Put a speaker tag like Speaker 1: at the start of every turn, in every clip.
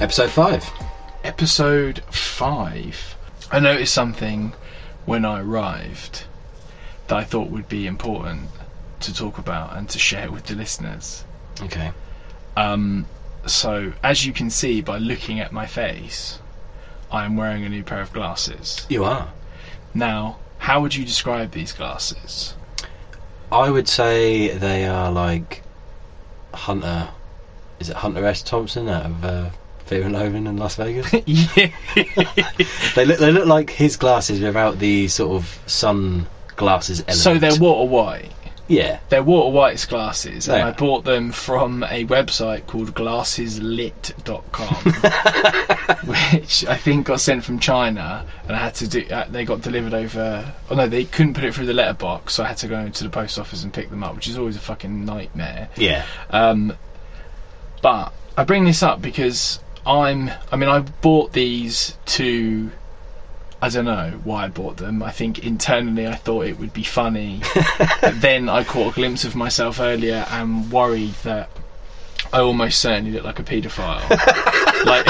Speaker 1: Episode 5.
Speaker 2: episode five, I noticed something when I arrived that I thought would be important to talk about and to share with the listeners.
Speaker 1: Okay.
Speaker 2: Um, so, as you can see by looking at my face, I am wearing a new pair of glasses.
Speaker 1: You are.
Speaker 2: Now, how would you describe these glasses?
Speaker 1: I would say they are like Hunter. Is it Hunter S. Thompson out of uh, Fear and Loathing in Las Vegas?
Speaker 2: yeah.
Speaker 1: they, look, they look like his glasses without the sort of sun glasses element.
Speaker 2: So they're water white.
Speaker 1: Yeah.
Speaker 2: They're Water White's glasses, and
Speaker 1: They
Speaker 2: I
Speaker 1: are.
Speaker 2: bought them from a website called glasseslit.com, which I think got sent from China, and I had to do. Uh, they got delivered over. Oh no, they couldn't put it through the letterbox, so I had to go to the post office and pick them up, which is always a fucking nightmare.
Speaker 1: Yeah.
Speaker 2: Um, but I bring this up because I'm. I mean, I bought these to. I don't know why I bought them. I think internally I thought it would be funny. but then I caught a glimpse of myself earlier and worried that I almost certainly look like a paedophile. like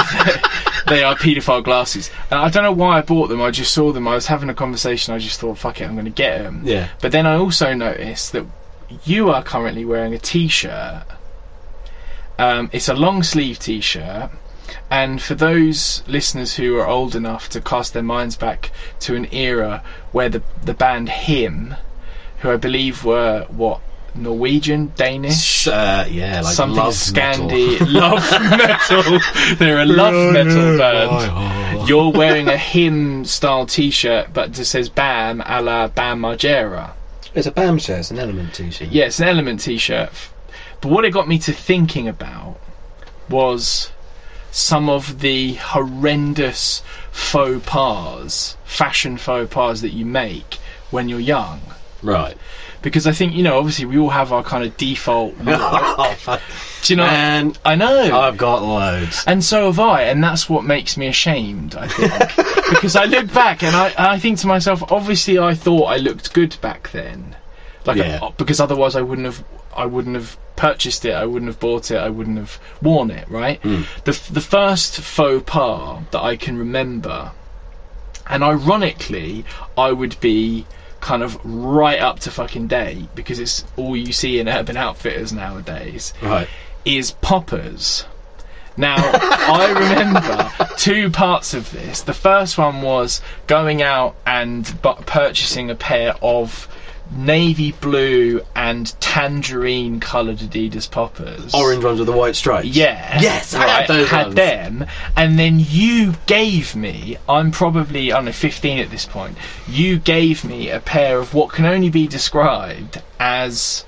Speaker 2: they are paedophile glasses. And I don't know why I bought them. I just saw them. I was having a conversation. I just thought, fuck it, I'm going to get them.
Speaker 1: Yeah.
Speaker 2: But then I also noticed that you are currently wearing a t-shirt. Um, it's a long sleeve t-shirt. And for those listeners who are old enough to cast their minds back to an era where the the band Him, who I believe were what Norwegian, Danish,
Speaker 1: Uh, yeah, like
Speaker 2: Eh? something
Speaker 1: love metal.
Speaker 2: Scandi, love metal. They're a love metal band. You're wearing a hymn style T-shirt, but just says "Bam" a la Bam Margera.
Speaker 1: It's a BAM shirt, it's an element t shirt.
Speaker 2: Yeah, it's an Element T-shirt. But what it got me to thinking about was some of the horrendous faux pas, fashion faux pas that you make when you're young.
Speaker 1: Right.
Speaker 2: Because I think you know, obviously, we all have our kind of default. look.
Speaker 1: oh, fuck.
Speaker 2: Do you know?
Speaker 1: Man,
Speaker 2: I know.
Speaker 1: I've got loads.
Speaker 2: And so have I, and that's what makes me ashamed, I think. because I look back and I, I think to myself, obviously I thought I looked good back then. Like
Speaker 1: Yeah.
Speaker 2: uh, because otherwise I wouldn't have I wouldn't have purchased it, I wouldn't have bought it, I wouldn't have worn it, right? The f- the first faux pas that I can remember and ironically, I would be kind of right up to fucking date because it's all you see in urban outfitters nowadays
Speaker 1: Right.
Speaker 2: is poppers. Now, I remember two parts of this. The first one was going out and bu- purchasing a pair of navy blue and tangerine coloured Adidas poppers.
Speaker 1: Orange ones with the white stripes.
Speaker 2: Yeah.
Speaker 1: Yes, I had
Speaker 2: right,
Speaker 1: those
Speaker 2: had
Speaker 1: ones.
Speaker 2: them, and then you gave me. I'm probably I don't know 15 at this point. You gave me a pair of what can only be described as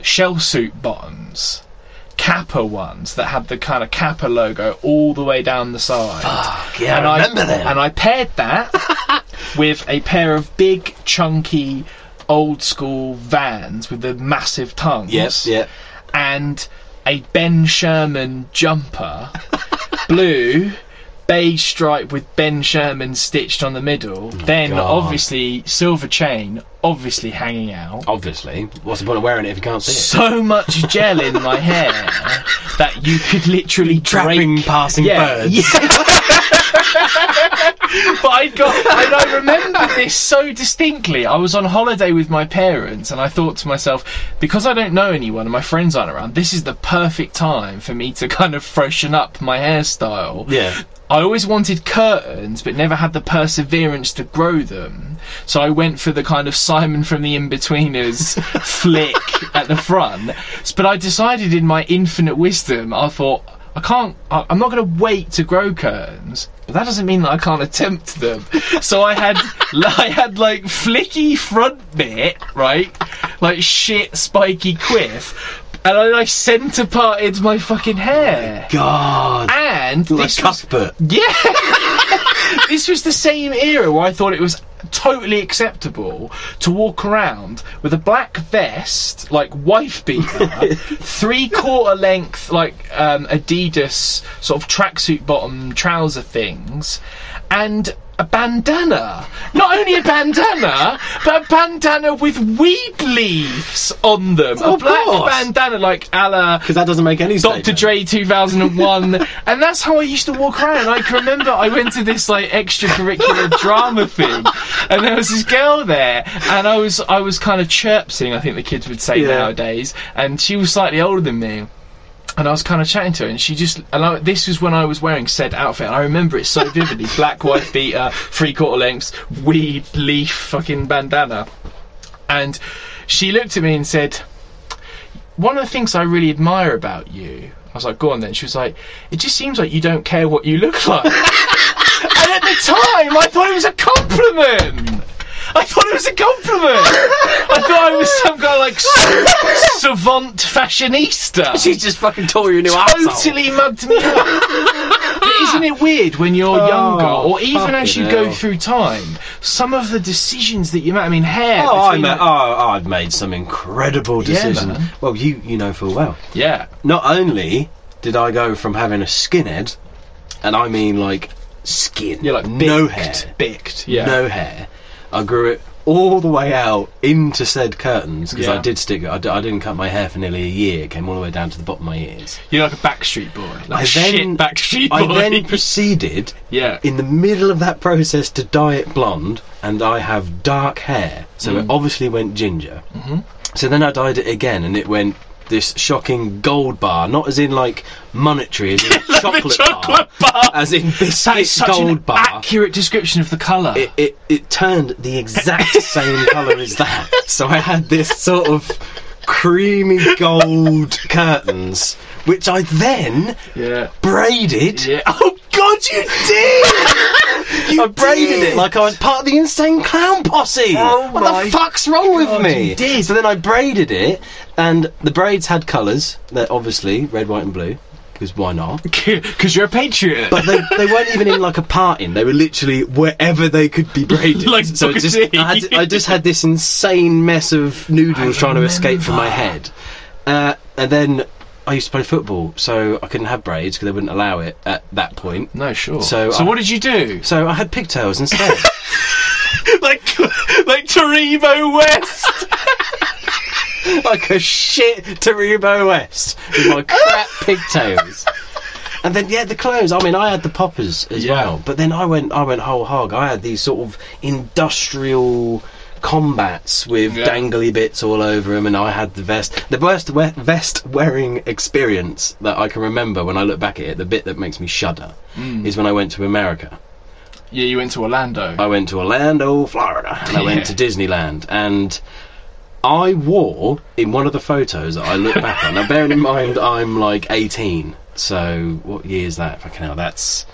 Speaker 2: shell suit bottoms, Kappa ones that had the kind of Kappa logo all the way down the side.
Speaker 1: Fuck, yeah, I remember them.
Speaker 2: And I paired that with a pair of big, chunky, old school vans with the massive tongues
Speaker 1: Yes, yeah.
Speaker 2: and a Ben Sherman jumper, blue, beige stripe with Ben Sherman stitched on the middle. then
Speaker 1: God.
Speaker 2: obviously silver chain, obviously hanging
Speaker 1: Oh,
Speaker 2: out.
Speaker 1: Obviously. What's the point of wearing it if you can't see
Speaker 2: So much gel in my hair that you could literally drape
Speaker 1: passing
Speaker 2: but I got, and I remember this so distinctly. I was on holiday with my parents, and I thought to myself, because I don't know anyone and my friends aren't around, this is the perfect time for me to kind of freshen up my hairstyle.
Speaker 1: Yeah.
Speaker 2: I always wanted curtains, but never had the perseverance to grow them. So I went for the kind of Simon from the Inbetweeners flick at the front. S- But I decided in my infinite wisdom, I thought, I can't, I, I'm not going to wait to grow curtains. But that doesn't mean that I can't attempt them. So I had, I had like flicky front bit, right? Like shit spiky quiff. And I like centre parted my fucking hair.
Speaker 1: God.
Speaker 2: And
Speaker 1: Like
Speaker 2: this was,
Speaker 1: Cuthbert.
Speaker 2: yeah. this was the same era where I thought it was totally acceptable to walk around with a black vest, like wife beater, three quarter length, like um, Adidas sort of tracksuit bottom trouser things, and a bandana. Not only a bandana, but a bandana with weed leaves on them. a
Speaker 1: Oh, Of
Speaker 2: black
Speaker 1: course.
Speaker 2: bandana, like a la
Speaker 1: Because that doesn't make any sense.
Speaker 2: Dr. Dre 2001, and that's how I used to walk around. I can remember I went to this like extracurricular drama thing, and there was this girl there, and I was I was kind of chirping, I think the kids would say
Speaker 1: Yeah.
Speaker 2: nowadays, and she was slightly older than me. And I was kind of chatting to her, and she just. And I, this was when I was wearing said outfit, and I remember it so vividly: black, white beater, three quarter lengths, weed leaf, fucking bandana. And she looked at me and said, one of the things I really admire about you, I was like, go on then. She was like, it just seems like you don't care what you look like. and at the time, I thought it was a compliment. I thought it was a compliment. I thought I was some kind of like s- savant fashionista.
Speaker 1: She's just fucking tore your new
Speaker 2: totally mugged me up. But isn't it weird when you're younger, or even as
Speaker 1: Oh, fucking
Speaker 2: you go
Speaker 1: hell.
Speaker 2: through time, some of the decisions that you make? I mean, hair.
Speaker 1: Oh, I
Speaker 2: between-
Speaker 1: ma- oh, I've made some incredible
Speaker 2: Yeah,
Speaker 1: decisions.
Speaker 2: man.
Speaker 1: well, you you know full well.
Speaker 2: yeah.
Speaker 1: Not only did I go from having a skinhead, and I mean like skin,
Speaker 2: You're like
Speaker 1: no
Speaker 2: bicked,
Speaker 1: hair,
Speaker 2: bicked. Yeah.
Speaker 1: no hair. I grew it all the way out into said curtains because I
Speaker 2: Yeah.
Speaker 1: did stick. I, d- I didn't cut my hair for nearly a year. It came all the way down to the bottom of my ears.
Speaker 2: You're like a Backstreet Boy. Like
Speaker 1: I
Speaker 2: a shit
Speaker 1: then-
Speaker 2: Backstreet Boy.
Speaker 1: I then proceeded
Speaker 2: yeah.
Speaker 1: in the middle of that process to dye it blonde, and I have dark hair, so
Speaker 2: Mm.
Speaker 1: it obviously went ginger. Mm-hmm. So then I dyed it again, and it went this shocking gold bar, not as in like monetary, as in chocolate,
Speaker 2: chocolate bar.
Speaker 1: as in
Speaker 2: That is
Speaker 1: biscuit
Speaker 2: such
Speaker 1: gold
Speaker 2: an
Speaker 1: bar.
Speaker 2: accurate description of the colour.
Speaker 1: it, it, it turned the exact same colour as that. So I had this sort of creamy gold curtains, which I then
Speaker 2: yeah.
Speaker 1: braided.
Speaker 2: Yeah. Oh God, you
Speaker 1: did! you I braided
Speaker 2: did!
Speaker 1: it like I was part of the insane clown posse.
Speaker 2: Oh
Speaker 1: what
Speaker 2: my
Speaker 1: the fuck's wrong with
Speaker 2: God,
Speaker 1: me?
Speaker 2: you did.
Speaker 1: So then I braided it, and the braids had colours that obviously red, white, and blue. Because why not?
Speaker 2: Because you're a patriot.
Speaker 1: But they, they weren't even in like a parting. They were literally wherever they could be braided.
Speaker 2: Like
Speaker 1: so it just,
Speaker 2: Dr. D.
Speaker 1: I, had, I just had this insane mess of noodles
Speaker 2: I
Speaker 1: trying to escape from my
Speaker 2: remember.
Speaker 1: head. Uh, and then I used to play football, so I couldn't have braids because they wouldn't allow it at that point.
Speaker 2: no, sure.
Speaker 1: So,
Speaker 2: so
Speaker 1: uh,
Speaker 2: what did you do?
Speaker 1: So I had pigtails instead.
Speaker 2: like, like Torimo West.
Speaker 1: like a shit Taribo West with my crap pigtails. And then yeah, the clothes. I mean, I had the poppers as
Speaker 2: Yeah.
Speaker 1: well, but then I went, I went whole hog. I had these sort of industrial combats with
Speaker 2: Yeah.
Speaker 1: dangly bits all over them, and I had the vest. The worst we- vest wearing experience that I can remember when I look back at it. The bit that makes me shudder is when I went to America.
Speaker 2: Mm. yeah, you went to Orlando.
Speaker 1: I went to Orlando, Florida, and I
Speaker 2: Yeah.
Speaker 1: went to Disneyland, and I wore in one of the photos that I look back on. Now, bearing in mind, I'm like 18, so what year is that? Fucking hell, that's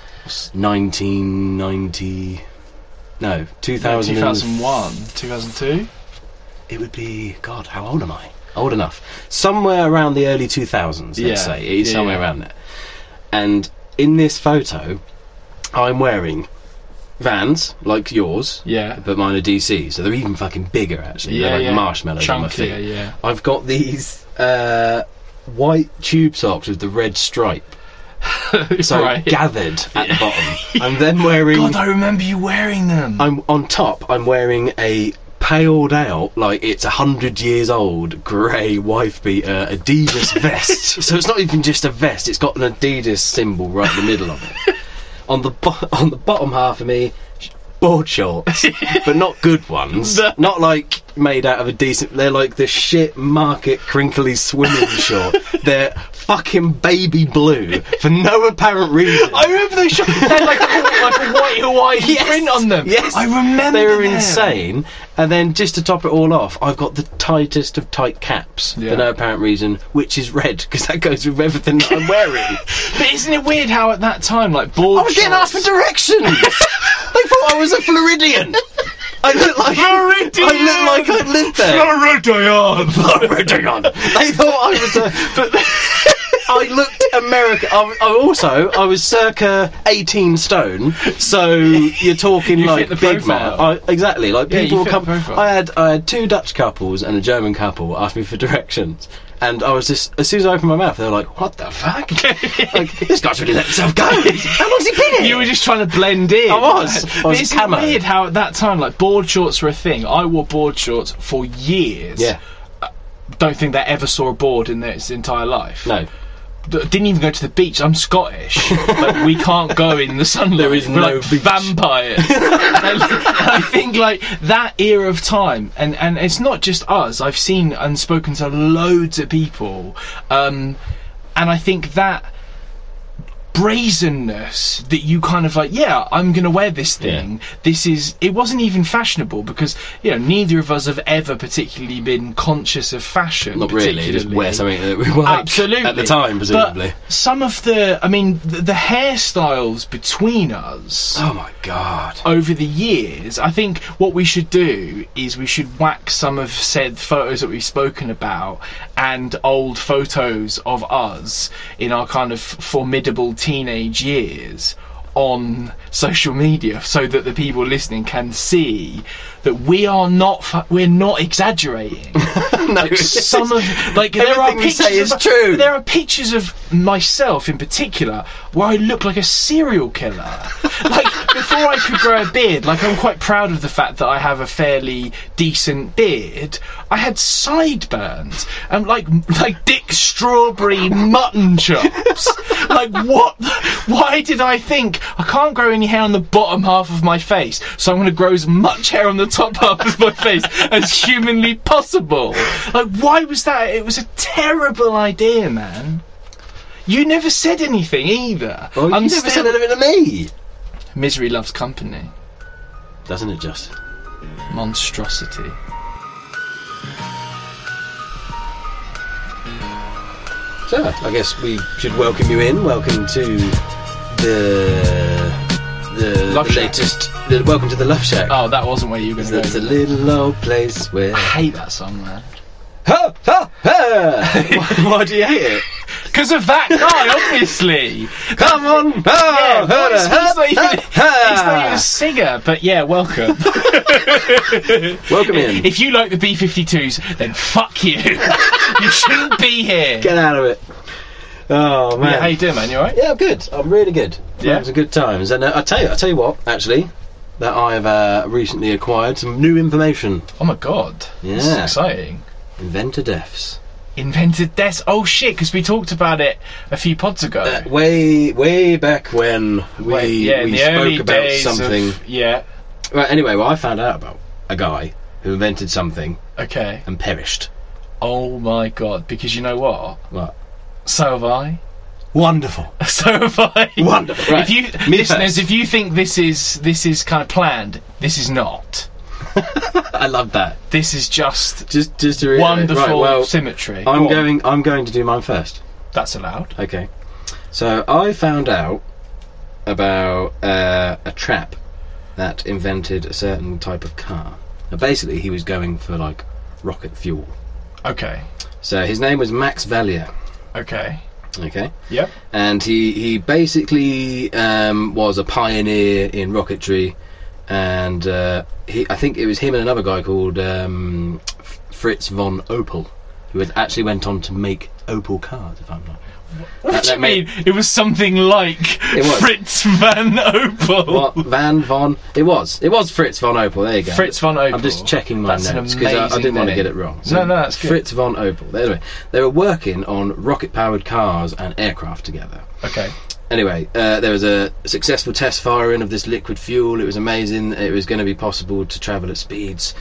Speaker 1: 1990. No, 2000.
Speaker 2: 2001, 2002.
Speaker 1: It would be God. How old am I? Old enough? Somewhere around the early 2000s. Let's
Speaker 2: Yeah.
Speaker 1: say it is
Speaker 2: Yeah,
Speaker 1: somewhere
Speaker 2: yeah.
Speaker 1: around there. And in this photo, I'm wearing Vans like yours.
Speaker 2: Yeah.
Speaker 1: But mine are DC, so they're even fucking bigger actually.
Speaker 2: yeah,
Speaker 1: they're like
Speaker 2: yeah.
Speaker 1: marshmallows on my
Speaker 2: Chunkier,
Speaker 1: feet.
Speaker 2: yeah.
Speaker 1: I've got these uh, white tube socks with the red stripe, so
Speaker 2: right.
Speaker 1: gathered at the bottom. I'm then wearing.
Speaker 2: God, I remember you wearing them.
Speaker 1: I'm on top. I'm wearing a paled out, like it's a hundred years old, grey wife beater Adidas vest. so it's not even just a vest; it's got an Adidas symbol right in the middle of it. on the bo- on the bottom half of me, sh- board shorts, but not good ones.
Speaker 2: No.
Speaker 1: Not like made out of a decent. They're like the shit market crinkly swimming short. They're fucking baby blue for no apparent reason.
Speaker 2: I remember those shorts. They had like a, like a white Hawaiian
Speaker 1: Yes,
Speaker 2: print on them.
Speaker 1: Yes,
Speaker 2: I remember.
Speaker 1: they were
Speaker 2: them.
Speaker 1: insane. And then just to top it all off, I've got the tightest of tight caps
Speaker 2: Yeah.
Speaker 1: for no apparent reason, which is red because that goes with everything that I'm wearing.
Speaker 2: But isn't it weird how at that time, like board
Speaker 1: I was getting asked
Speaker 2: shorts,
Speaker 1: for directions. they thought I was a Floridian. I look like
Speaker 2: Floridian!
Speaker 1: I look like I lived there.
Speaker 2: Floridian!
Speaker 1: Floridian. They thought I was a. I looked American. I, I also I was circa eighteen stone, so you're talking
Speaker 2: You
Speaker 1: like
Speaker 2: fit the
Speaker 1: big man.
Speaker 2: profile.
Speaker 1: I, exactly, like
Speaker 2: Yeah, you
Speaker 1: people
Speaker 2: fit
Speaker 1: come.
Speaker 2: the profile.
Speaker 1: I had I had two Dutch couples and a German couple ask me for directions, and I was just as soon as I opened my mouth, they were like, "What the fuck? like this guy's really let himself go. How long's he been here?"
Speaker 2: You were just trying to blend in.
Speaker 1: I was. I
Speaker 2: But
Speaker 1: was
Speaker 2: it's
Speaker 1: camo.
Speaker 2: weird how at that time, like board shorts were a thing. I wore board shorts for years.
Speaker 1: yeah,
Speaker 2: Don't think they ever saw a board in their its entire life.
Speaker 1: no.
Speaker 2: Th- Didn't even go to the beach. I'm Scottish. like, we can't go in the sunlight.
Speaker 1: There is
Speaker 2: We're
Speaker 1: no
Speaker 2: like
Speaker 1: beach.
Speaker 2: vampires. And I I think like that era of time, and and it's not just us. I've seen and spoken to loads of people, um, and I think that brazenness that you kind of like, yeah, I'm going to wear this thing. This is, it wasn't even fashionable because, you know, neither of us have ever particularly been conscious of fashion.
Speaker 1: Not really. Just
Speaker 2: particularly.
Speaker 1: wear something that we like
Speaker 2: Absolutely.
Speaker 1: at the time, presumably.
Speaker 2: But some of the, I mean, the, the hairstyles between us
Speaker 1: oh my god.
Speaker 2: over the years, I think what we should do is we should whack some of said photos that we've spoken about and old photos of us in our kind of formidable teenage years on social media so that the people listening can see that we are not fu- we're not exaggerating
Speaker 1: no,
Speaker 2: like some of like there are
Speaker 1: Everything we
Speaker 2: pictures
Speaker 1: say is
Speaker 2: of,
Speaker 1: true.
Speaker 2: There are pictures of myself in particular where I look like a serial killer. like before I could grow a beard, like I'm quite proud of the fact that I have a fairly decent beard. I had sideburns and like like Dick Strawberry mutton chops. like what? Why did I think I can't grow any hair on the bottom half of my face, so I'm going to grow as much hair on the top half of my face as humanly possible? Like why was that? It was a terrible idea, man. You never said anything either.
Speaker 1: Well, you
Speaker 2: I'm
Speaker 1: never
Speaker 2: still-
Speaker 1: said anything to me.
Speaker 2: misery loves company.
Speaker 1: Doesn't it just?
Speaker 2: Monstrosity.
Speaker 1: So, I guess we should welcome you in. Welcome to the the,
Speaker 2: Love
Speaker 1: the
Speaker 2: Shack.
Speaker 1: latest. The, welcome to the Love Shack.
Speaker 2: Oh, that wasn't where you were going to go.
Speaker 1: That's a little old place where.
Speaker 2: I hate that song, man.
Speaker 1: ha, ha, ha. why, why do you hate it?
Speaker 2: Because of that guy, obviously.
Speaker 1: Come on! Ha, ha,
Speaker 2: Yeah, but it's,
Speaker 1: ha,
Speaker 2: he's, not even,
Speaker 1: ha, ha.
Speaker 2: he's not even a singer, but yeah, welcome.
Speaker 1: Welcome in.
Speaker 2: if you like the B 52s, then fuck you. you shouldn't be here.
Speaker 1: Get out of it. Oh man.
Speaker 2: yeah, how you doing, man? You alright?
Speaker 1: Yeah, I'm good. I'm really good.
Speaker 2: Yeah.
Speaker 1: Yeah, it was a good times. And uh, I tell you, I tell you what, actually, that I've uh, recently acquired some new information.
Speaker 2: Oh my god. This is
Speaker 1: Yeah.
Speaker 2: exciting.
Speaker 1: Inventor deaths.
Speaker 2: Invented death. Oh shit, because we talked about it a few pods ago.
Speaker 1: Uh, way, way back when we
Speaker 2: Wait, yeah, in
Speaker 1: we
Speaker 2: the early
Speaker 1: spoke about
Speaker 2: days of-
Speaker 1: something.
Speaker 2: yeah.
Speaker 1: Right. Anyway, well, I found out about a guy who invented something
Speaker 2: Okay.
Speaker 1: and perished.
Speaker 2: Oh my god, because you know what?
Speaker 1: What?
Speaker 2: So have I.
Speaker 1: Wonderful.
Speaker 2: So have I.
Speaker 1: Wonderful. Right.
Speaker 2: If you
Speaker 1: Me
Speaker 2: listeners,
Speaker 1: first.
Speaker 2: if you think this is this is kind of planned, this is not.
Speaker 1: I love that.
Speaker 2: This is just
Speaker 1: Just, just to reiterate.
Speaker 2: wonderful
Speaker 1: Right, well,
Speaker 2: symmetry.
Speaker 1: I'm
Speaker 2: Go on.
Speaker 1: going. I'm going to do mine first.
Speaker 2: That's allowed.
Speaker 1: Okay. So I found out about uh, a trap that invented a certain type of car. Now, basically, he was going for like rocket fuel.
Speaker 2: Okay.
Speaker 1: So his name was Max Valier.
Speaker 2: Okay.
Speaker 1: Okay.
Speaker 2: Yep.
Speaker 1: And he he basically um, was a pioneer in rocketry, and uh, he I think it was him and another guy called um, F- Fritz von Opel, who had actually went on to make Opel cars. If I'm not.
Speaker 2: What
Speaker 1: That-
Speaker 2: did you
Speaker 1: that made-
Speaker 2: mean? It was something like
Speaker 1: It was.
Speaker 2: Fritz van Opel.
Speaker 1: What Van Von? It was. It was Fritz von Opel. There you go.
Speaker 2: Fritz von Opel.
Speaker 1: I'm just checking my
Speaker 2: That's an
Speaker 1: notes because I, I
Speaker 2: amazing
Speaker 1: didn't want to
Speaker 2: name.
Speaker 1: get it wrong.
Speaker 2: No, no, that's good.
Speaker 1: Fritz von Opel. Anyway, they were working on rocket-powered cars and aircraft together.
Speaker 2: Okay.
Speaker 1: Anyway, uh, there was a successful test firing of this liquid fuel. It was amazing. It was going to be possible to travel at speeds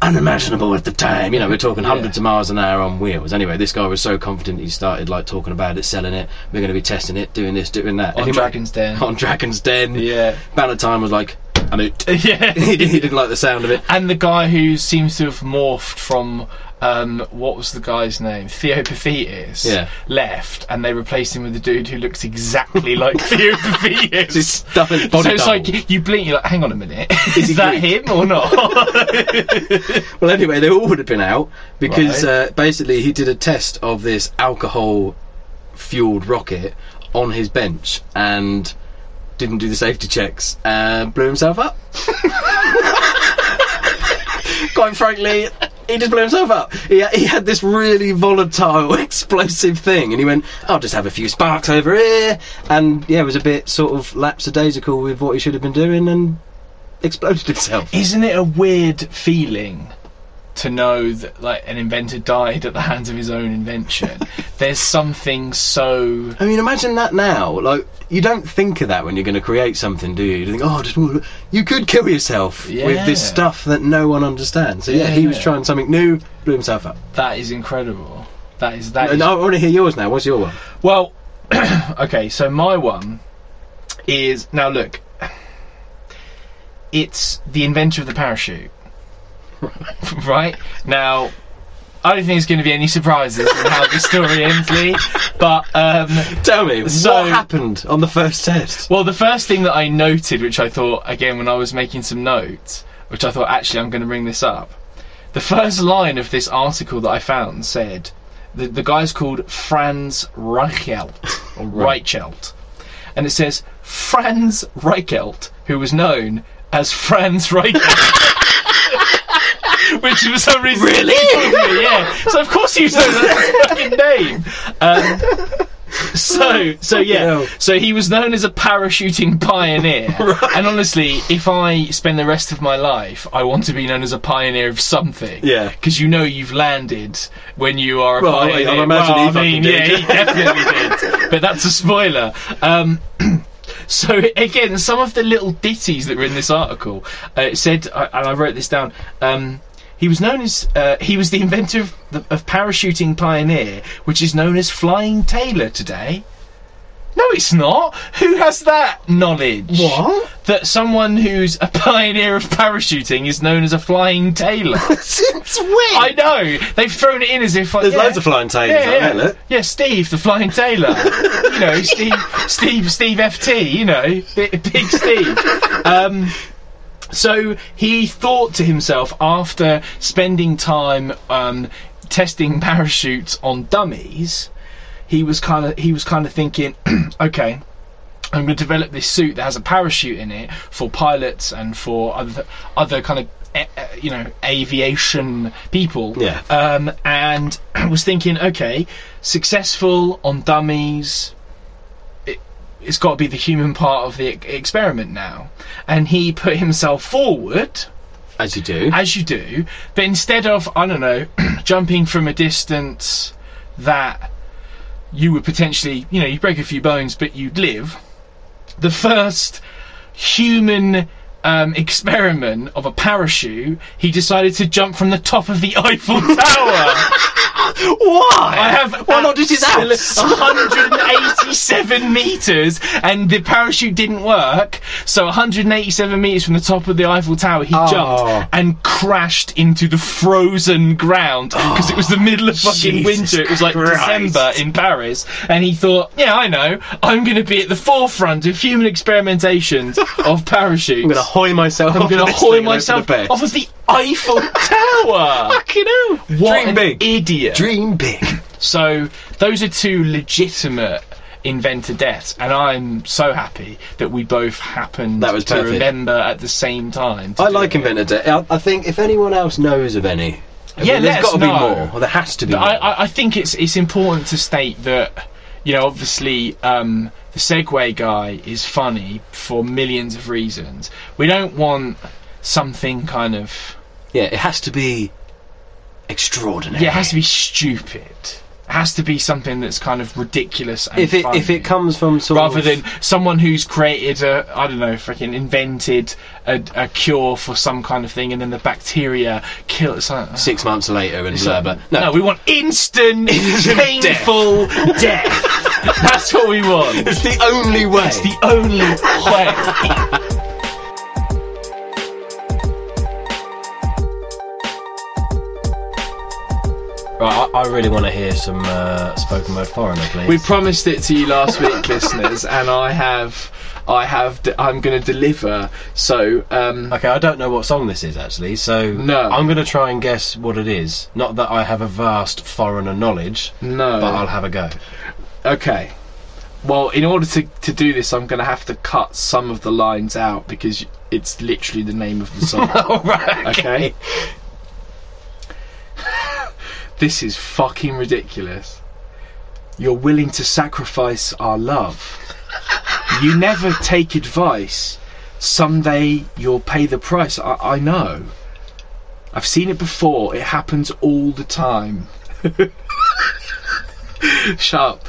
Speaker 1: unimaginable at the time. You know, we're talking hundreds of miles an hour on wheels. Anyway, this guy was so confident he started like talking about it, selling it. We're going to be testing it, doing this, doing that.
Speaker 2: On
Speaker 1: Anyway-
Speaker 2: Dragon's Den.
Speaker 1: On Dragon's Den.
Speaker 2: Yeah.
Speaker 1: Bannatyne was like, I'm out. he
Speaker 2: yeah.
Speaker 1: didn't he didn't like the sound of it.
Speaker 2: and the guy who seems to have morphed from um, what was the guy's name? Theo Pathetis
Speaker 1: Yeah.
Speaker 2: left, and they replaced him with a dude who looks exactly like Theo Pathetis.
Speaker 1: Just stuffing body
Speaker 2: so it's
Speaker 1: double.
Speaker 2: like you blink, you're like, hang on a minute, is,
Speaker 1: he
Speaker 2: that him or not?
Speaker 1: Well, anyway, they all would have been out because
Speaker 2: Right.
Speaker 1: uh, basically he did a test of this alcohol fueled rocket on his bench and didn't do the safety checks and blew himself up. Quite frankly, he just blew himself up. He, he had this really volatile, explosive thing, and he went, I'll just have a few sparks over here. And yeah, was a bit sort of lapsidaisical with what he should have been doing and exploded himself.
Speaker 2: Isn't it a weird feeling to know that like an inventor died at the hands of his own invention? There's something so
Speaker 1: I mean, imagine that now. Like, you don't think of that when you're going to create something, do you? You think, oh, just w- you could kill yourself with this
Speaker 2: Yeah.
Speaker 1: stuff that no one understands. So yeah,
Speaker 2: Yeah,
Speaker 1: he was
Speaker 2: yeah.
Speaker 1: trying something new, blew himself up.
Speaker 2: that is incredible. That is that. is-
Speaker 1: And I want to hear yours now. What's your one?
Speaker 2: Well, okay, so my one is now look. It's the inventor of the parachute. right? Now, I don't think there's going to be any surprises in how the story ends, Lee. But, um,
Speaker 1: Tell me,
Speaker 2: So-
Speaker 1: what happened on the first test?
Speaker 2: Well, the first thing that I noted, which I thought again when I was making some notes, which I thought actually I'm going to bring this up. The first line of this article that I found said the the guy's called Franz Reichelt or
Speaker 1: Right.
Speaker 2: Reichelt, and it says Franz Reichelt, who was known as Franz Reichelt. Which for some reason really, yeah. So of course you know that fucking name. Um, so so yeah
Speaker 1: hell.
Speaker 2: so he was known as a parachuting pioneer and honestly if i spend the rest of my life i want to be known as a pioneer of something
Speaker 1: Yeah.
Speaker 2: because you know you've landed when you are a
Speaker 1: Well, I- I
Speaker 2: pioneer
Speaker 1: imagine
Speaker 2: well,
Speaker 1: he
Speaker 2: I
Speaker 1: fucking
Speaker 2: mean,
Speaker 1: did.
Speaker 2: yeah he definitely did but that's a spoiler um so again, some of the little ditties that were in this article uh, it said, I- and I wrote this down. Um, he was known as uh, he was the inventor of, the, of parachuting pioneer, which is known as flying tailor today. No, it's not. Who has that knowledge?
Speaker 1: What?
Speaker 2: That someone who's a pioneer of parachuting is known as a flying tailor.
Speaker 1: Since when?
Speaker 2: I know they've thrown it in as if like,
Speaker 1: There's
Speaker 2: yeah.
Speaker 1: loads of flying tailors out
Speaker 2: Yeah,
Speaker 1: there,
Speaker 2: yeah.
Speaker 1: look.
Speaker 2: yeah, Steve, the flying tailor. you know, Steve, Steve, Steve FT. You know, big, big Steve. Um, so he thought to himself after spending time um, testing parachutes on dummies, he was kind of he was kind of thinking, okay. I'm going to develop this suit that has a parachute in it for pilots and for other other kind of eh, eh, you know aviation people.
Speaker 1: Yeah.
Speaker 2: Um, and was thinking, okay, successful on dummies. It, it's got to be the human part of the e- experiment now. And he put himself forward
Speaker 1: As you do.
Speaker 2: as you do, but instead of I don't know jumping from a distance that you would potentially you know you break a few bones but you'd live, the first human um, experiment of a parachute, he decided to jump from the top of the Eiffel Tower.
Speaker 1: Why?
Speaker 2: I have
Speaker 1: Why not just his
Speaker 2: absolute
Speaker 1: house?
Speaker 2: 187 meters, and the parachute didn't work. So 187 meters from the top of the Eiffel Tower, he
Speaker 1: Oh.
Speaker 2: jumped and crashed into the frozen ground because it was the middle of fucking
Speaker 1: Jesus
Speaker 2: winter. It was like
Speaker 1: Christ.
Speaker 2: December in Paris, and he thought, "Yeah, I know. I'm going to be at the forefront of human experimentations of parachutes.
Speaker 1: I'm going to hoy myself.
Speaker 2: I'm going to hoy myself
Speaker 1: back.
Speaker 2: off of the Eiffel Tower."
Speaker 1: Fucking hell.
Speaker 2: What
Speaker 1: Dream
Speaker 2: an
Speaker 1: big.
Speaker 2: idiot!
Speaker 1: Dream big.
Speaker 2: So those are two legitimate inventor deaths, and I'm so happy that we both happened
Speaker 1: That was
Speaker 2: to
Speaker 1: perfect.
Speaker 2: remember at the same time. to
Speaker 1: I
Speaker 2: do
Speaker 1: like
Speaker 2: it.
Speaker 1: Inventor Day. I, I think if anyone else knows of any, I
Speaker 2: Yeah,
Speaker 1: mean,
Speaker 2: let
Speaker 1: there's
Speaker 2: us
Speaker 1: got to be
Speaker 2: know.
Speaker 1: more. Or there has to be.
Speaker 2: I,
Speaker 1: more.
Speaker 2: I, I think it's it's important to state that you know obviously um, the Segway guy is funny for millions of reasons. We don't want something kind of
Speaker 1: yeah, it has to be extraordinary.
Speaker 2: yeah, it has to be stupid. It has to be something that's kind of ridiculous. And
Speaker 1: If it if
Speaker 2: funny.
Speaker 1: it comes from sort
Speaker 2: rather
Speaker 1: of,
Speaker 2: than someone who's created a I don't know, freaking invented a, a cure for some kind of thing, and then the bacteria kill it. Like,
Speaker 1: six months later and blah blah.
Speaker 2: no,
Speaker 1: No,
Speaker 2: we want instant,
Speaker 1: Instant
Speaker 2: painful death. That's what we want.
Speaker 1: it's the only way.
Speaker 2: It's the only way.
Speaker 1: right, I, I really want to hear some uh, spoken word foreigner, please.
Speaker 2: We promised it to you last week, listeners, and I have, I have, d- I'm going to deliver. So, um,
Speaker 3: Okay, I don't know what song this is actually, so
Speaker 2: No.
Speaker 3: I'm going to try and guess what it is. Not that I have a vast foreigner knowledge,
Speaker 2: no.
Speaker 3: but I'll have a go.
Speaker 2: Okay. Well, in order to, to do this, I'm going to have to cut some of the lines out because it's literally the name of the song.
Speaker 3: All right.
Speaker 2: Okay. this is fucking ridiculous. You're willing to sacrifice our love. You never take advice. Someday you'll pay the price. I, I know. I've seen it before. It happens all the time. Shut up.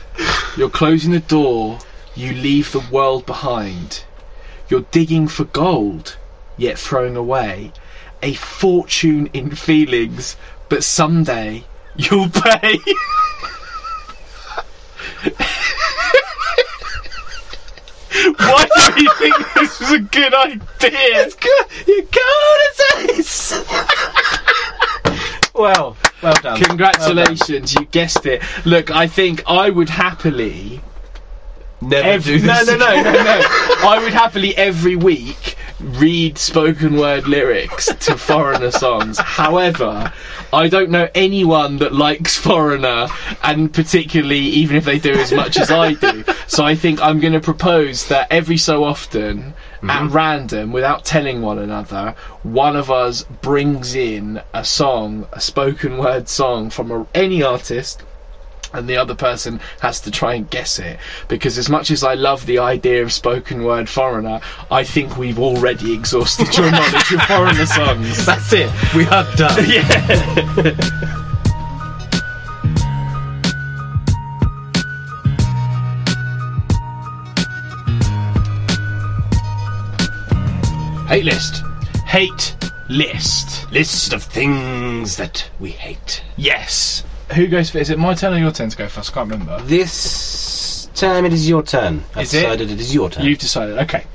Speaker 2: You're closing the door. You leave the world behind. You're digging for gold, yet throwing away a fortune in feelings, but someday you'll pay. Why do you think this was a good idea?
Speaker 3: You can't well, well done.
Speaker 2: Congratulations, you guessed it. Look, I think I would happily
Speaker 3: Never
Speaker 2: every
Speaker 3: do this.
Speaker 2: no, no, no, no, no. I would happily every week read spoken word lyrics to foreigner songs. However, I don't know anyone that likes foreigner, and particularly even if they do as much as I do. So I think I'm going to propose that every so often. At
Speaker 3: Mm-hmm.
Speaker 2: random, without telling one another, one of us brings in a song, a spoken word song from a, any artist, and the other person has to try and guess it. Because as much as I love the idea of spoken word foreigner, I think we've already exhausted your knowledge of foreigner songs.
Speaker 3: That's it. We are done.
Speaker 2: Hate list. Hate list.
Speaker 3: List of things that we hate.
Speaker 2: Yes. Who goes first? Is it my turn or your turn to go first? I can't remember.
Speaker 3: This time it is your turn. I've
Speaker 2: Is it?
Speaker 3: decided it is your
Speaker 1: Uh,
Speaker 3: turn.
Speaker 2: You've decided. Okay.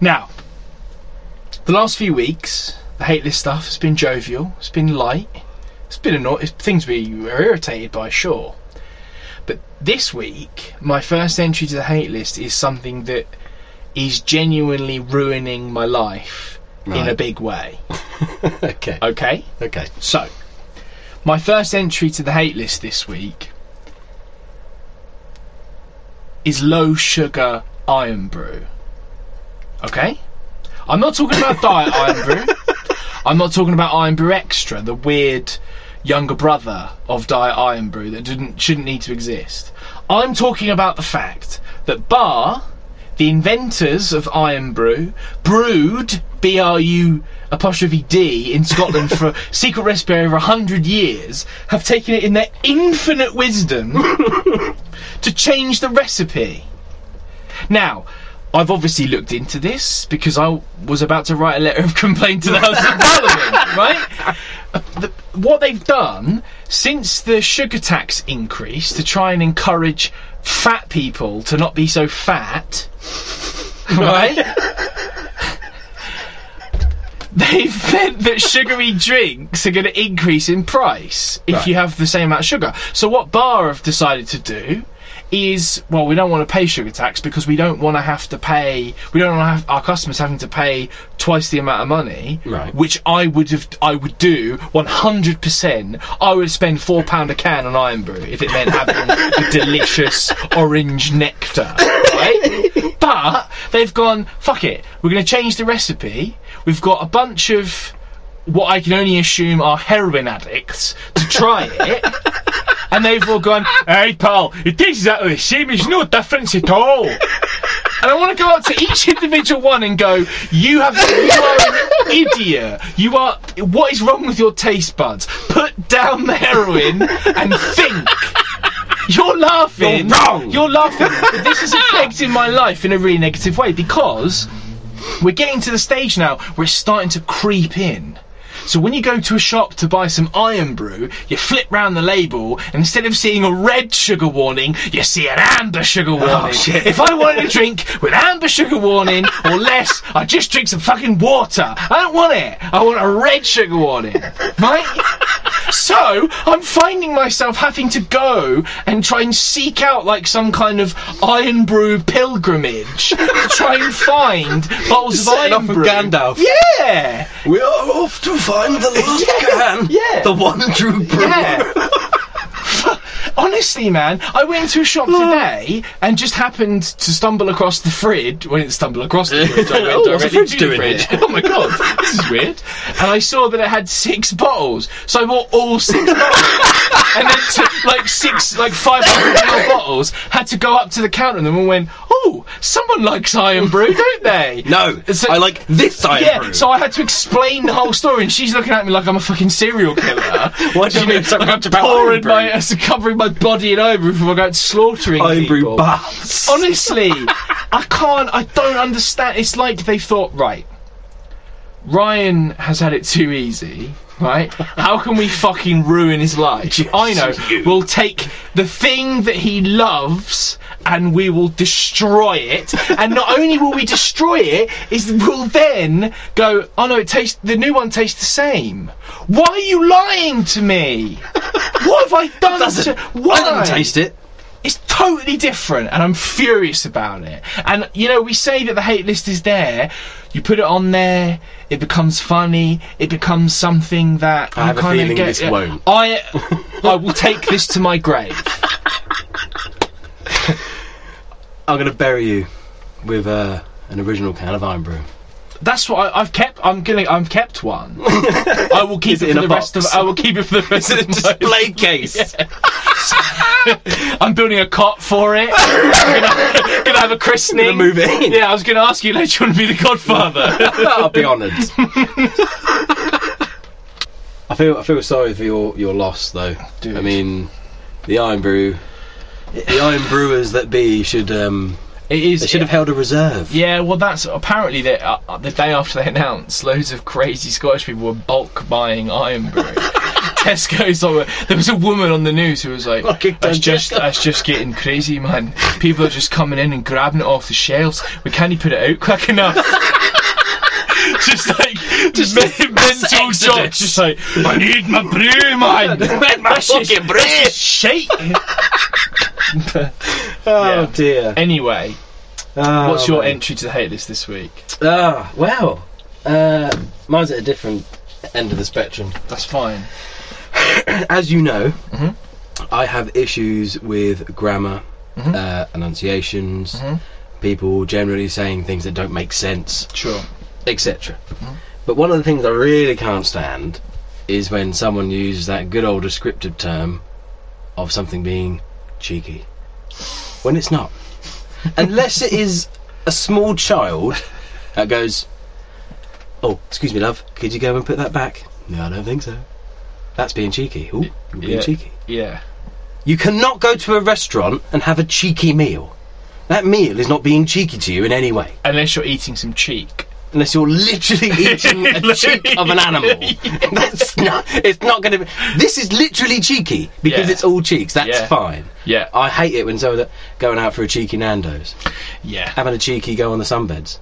Speaker 2: Now, the last few weeks, the hate list stuff has been jovial. It's been light. It's been anno- it's things we were irritated by, sure. But this week, my first entry to the hate list is something that is genuinely ruining my life in
Speaker 3: Right.
Speaker 2: a big way.
Speaker 3: okay.
Speaker 2: Okay.
Speaker 3: Okay.
Speaker 2: So, my first entry to the hate list this week is low sugar iron brew. Okay? I'm not talking about diet iron brew. I'm not talking about iron brew extra, the weird younger brother of diet iron brew that didn't shouldn't need to exist. I'm talking about the fact that Bar, the inventors of iron brew, brewed B R U apostrophe D in Scotland for a secret recipe over a hundred years, have taken it in their infinite wisdom to change the recipe. Now, I've obviously looked into this because I was about to write a letter of complaint to the House of Parliament, right? The, what they've done since the sugar tax increase to try and encourage fat people to not be so fat, right? They've meant that sugary drinks are going to increase in price if you have the same amount of sugar. So what Bar have decided to do is well, we don't want to pay sugar tax because we don't want to have to pay. We don't want to have our customers having to pay twice the amount of money,
Speaker 3: Right.
Speaker 2: which I would have, I would do one hundred percent. I would spend four pound a can on Iron Brew if it meant having the delicious orange nectar. Right? but they've gone fuck it. We're going to change the recipe. We've got a bunch of what I can only assume are heroin addicts to try it. And they've all gone, hey, pal, it tastes exactly the same. There's no difference at all. And I want to go up to each individual one and go, you have, you are an idiot. You are, what is wrong with your taste buds? Put down the heroin and think. You're laughing.
Speaker 3: You're wrong.
Speaker 2: You're laughing. But this is affecting my life in a really negative way because we're getting to the stage now where it's starting to creep in. So when you go to a shop to buy some iron brew, you flip round the label, and instead of seeing a red sugar warning, you see an amber sugar warning.
Speaker 3: shit.
Speaker 2: If I wanted a drink with amber sugar warning or less, I just drink some fucking water. I don't want it. I want a red sugar warning, right? So I'm finding myself having to go and try and seek out like some kind of iron brew pilgrimage to try and find bottles of
Speaker 3: Setting
Speaker 2: iron
Speaker 3: off with
Speaker 2: brew.
Speaker 3: Gandalf.
Speaker 2: Yeah.
Speaker 3: We are off to find the last can.
Speaker 2: yeah.
Speaker 3: The one true brew.
Speaker 2: Yeah. I Honestly, man, I went into a shop today and just happened to stumble across the fridge. When well, I didn't stumble across the fridge, I went
Speaker 1: Oh, what's the
Speaker 2: directly
Speaker 1: fridge
Speaker 2: to
Speaker 1: doing here?
Speaker 2: Oh my god, this is weird. And I saw that it had six bottles, so I bought all six bottles. And then took like six, like five hundred ml bottles. Had to go up to the counter and then went, "Oh, someone likes Iron Brew, don't they?"
Speaker 1: No,
Speaker 2: So-
Speaker 1: I like this iron
Speaker 2: yeah,
Speaker 1: brew.
Speaker 2: so I had to explain the whole story, and she's looking at me like I'm a fucking serial killer.
Speaker 1: Why do you mean so
Speaker 2: Like
Speaker 1: much
Speaker 2: I'm
Speaker 1: about
Speaker 2: pouring
Speaker 1: Iron Brew?
Speaker 2: my, uh, covering my body in iron brew before I go out slaughtering
Speaker 1: iron brew
Speaker 2: people.
Speaker 1: baths.
Speaker 2: Honestly, I can't. I don't understand. It's like they thought, right? Ryan has had it too easy. Right? How can we fucking ruin his life? I know.
Speaker 1: you.
Speaker 2: We'll take the thing that he loves and we will destroy it. And not only will we destroy it, is we'll then go, oh no, it tastes the new one tastes the same. Why are you lying to me? What have I done
Speaker 1: Doesn't.
Speaker 2: to why?
Speaker 1: I didn't taste it.
Speaker 2: It's totally different, and I'm furious about it. And you know, we say that the hate list is there. You put it on there, it becomes funny. It becomes something that
Speaker 1: I
Speaker 2: you
Speaker 1: have a
Speaker 2: kinda
Speaker 1: feeling
Speaker 2: get-
Speaker 1: this won't.
Speaker 2: I, I will take this to my grave.
Speaker 1: I'm going to bury you with uh, an original can of iron brew.
Speaker 2: That's what I, I've kept. I'm gonna. I've kept one. I will keep
Speaker 1: Is it
Speaker 2: it,
Speaker 1: in
Speaker 2: for
Speaker 1: a
Speaker 2: the rest of.
Speaker 1: box?
Speaker 2: I will keep it for the rest of my
Speaker 1: Display case.
Speaker 2: I'm building a cot for it. I'm gonna, gonna have a christening.
Speaker 1: Gonna move it in.
Speaker 2: Yeah, I was gonna ask you later. You want to be the godfather?
Speaker 1: I'll be honoured. I feel I feel sorry for your, your loss though.
Speaker 2: Dude.
Speaker 1: I mean, the Iron Brew, the Iron Brewers that be should um
Speaker 2: it is.
Speaker 1: they should have held a reserve.
Speaker 2: Yeah, well, that's apparently the, uh, the day after they announced, loads of crazy Scottish people were bulk buying iron brew. Tesco's. Like, there was a woman on the news who was like,
Speaker 1: Fucking
Speaker 2: "That's
Speaker 1: Tesco."
Speaker 2: just that's just getting crazy, man. People are just coming in and grabbing it off the shelves. We can't even put it out quick enough." just like just mental
Speaker 1: exodus.
Speaker 2: jobs. Just like I need my brew, man.
Speaker 1: my
Speaker 2: fucking
Speaker 1: brew.
Speaker 2: Shit.
Speaker 1: Oh
Speaker 2: Yeah.
Speaker 1: dear.
Speaker 2: Anyway,
Speaker 1: Oh,
Speaker 2: what's your
Speaker 1: man.
Speaker 2: entry to the hate list this week?
Speaker 1: Ah, well, uh, mine's at a different end of the spectrum.
Speaker 2: That's fine.
Speaker 1: As you know,
Speaker 2: Mhm.
Speaker 1: I have issues with grammar, uh, enunciations,
Speaker 2: Mhm.
Speaker 1: people generally saying things that don't make sense.
Speaker 2: Sure.
Speaker 1: etc. But one of the things I really can't stand is when someone uses that good old descriptive term of something being cheeky when it's not. Unless it is a small child that goes, "Oh, excuse me, love, could you go and put that back?" No, I don't think so. That's being cheeky. Ooh, you're being
Speaker 2: Yeah.
Speaker 1: cheeky.
Speaker 2: Yeah.
Speaker 1: You cannot go to a restaurant and have a cheeky meal. That meal is not being cheeky to you in any way
Speaker 2: Unless you're eating some cheek.
Speaker 1: unless you're literally eating a cheek of an animal. That's not. It's not going to be. This is literally cheeky because
Speaker 2: Yeah.
Speaker 1: it's all cheeks. That's
Speaker 2: Yeah.
Speaker 1: fine.
Speaker 2: Yeah.
Speaker 1: I hate it when someone that going out for a cheeky Nando's,
Speaker 2: Yeah.
Speaker 1: having a cheeky go on the sunbeds.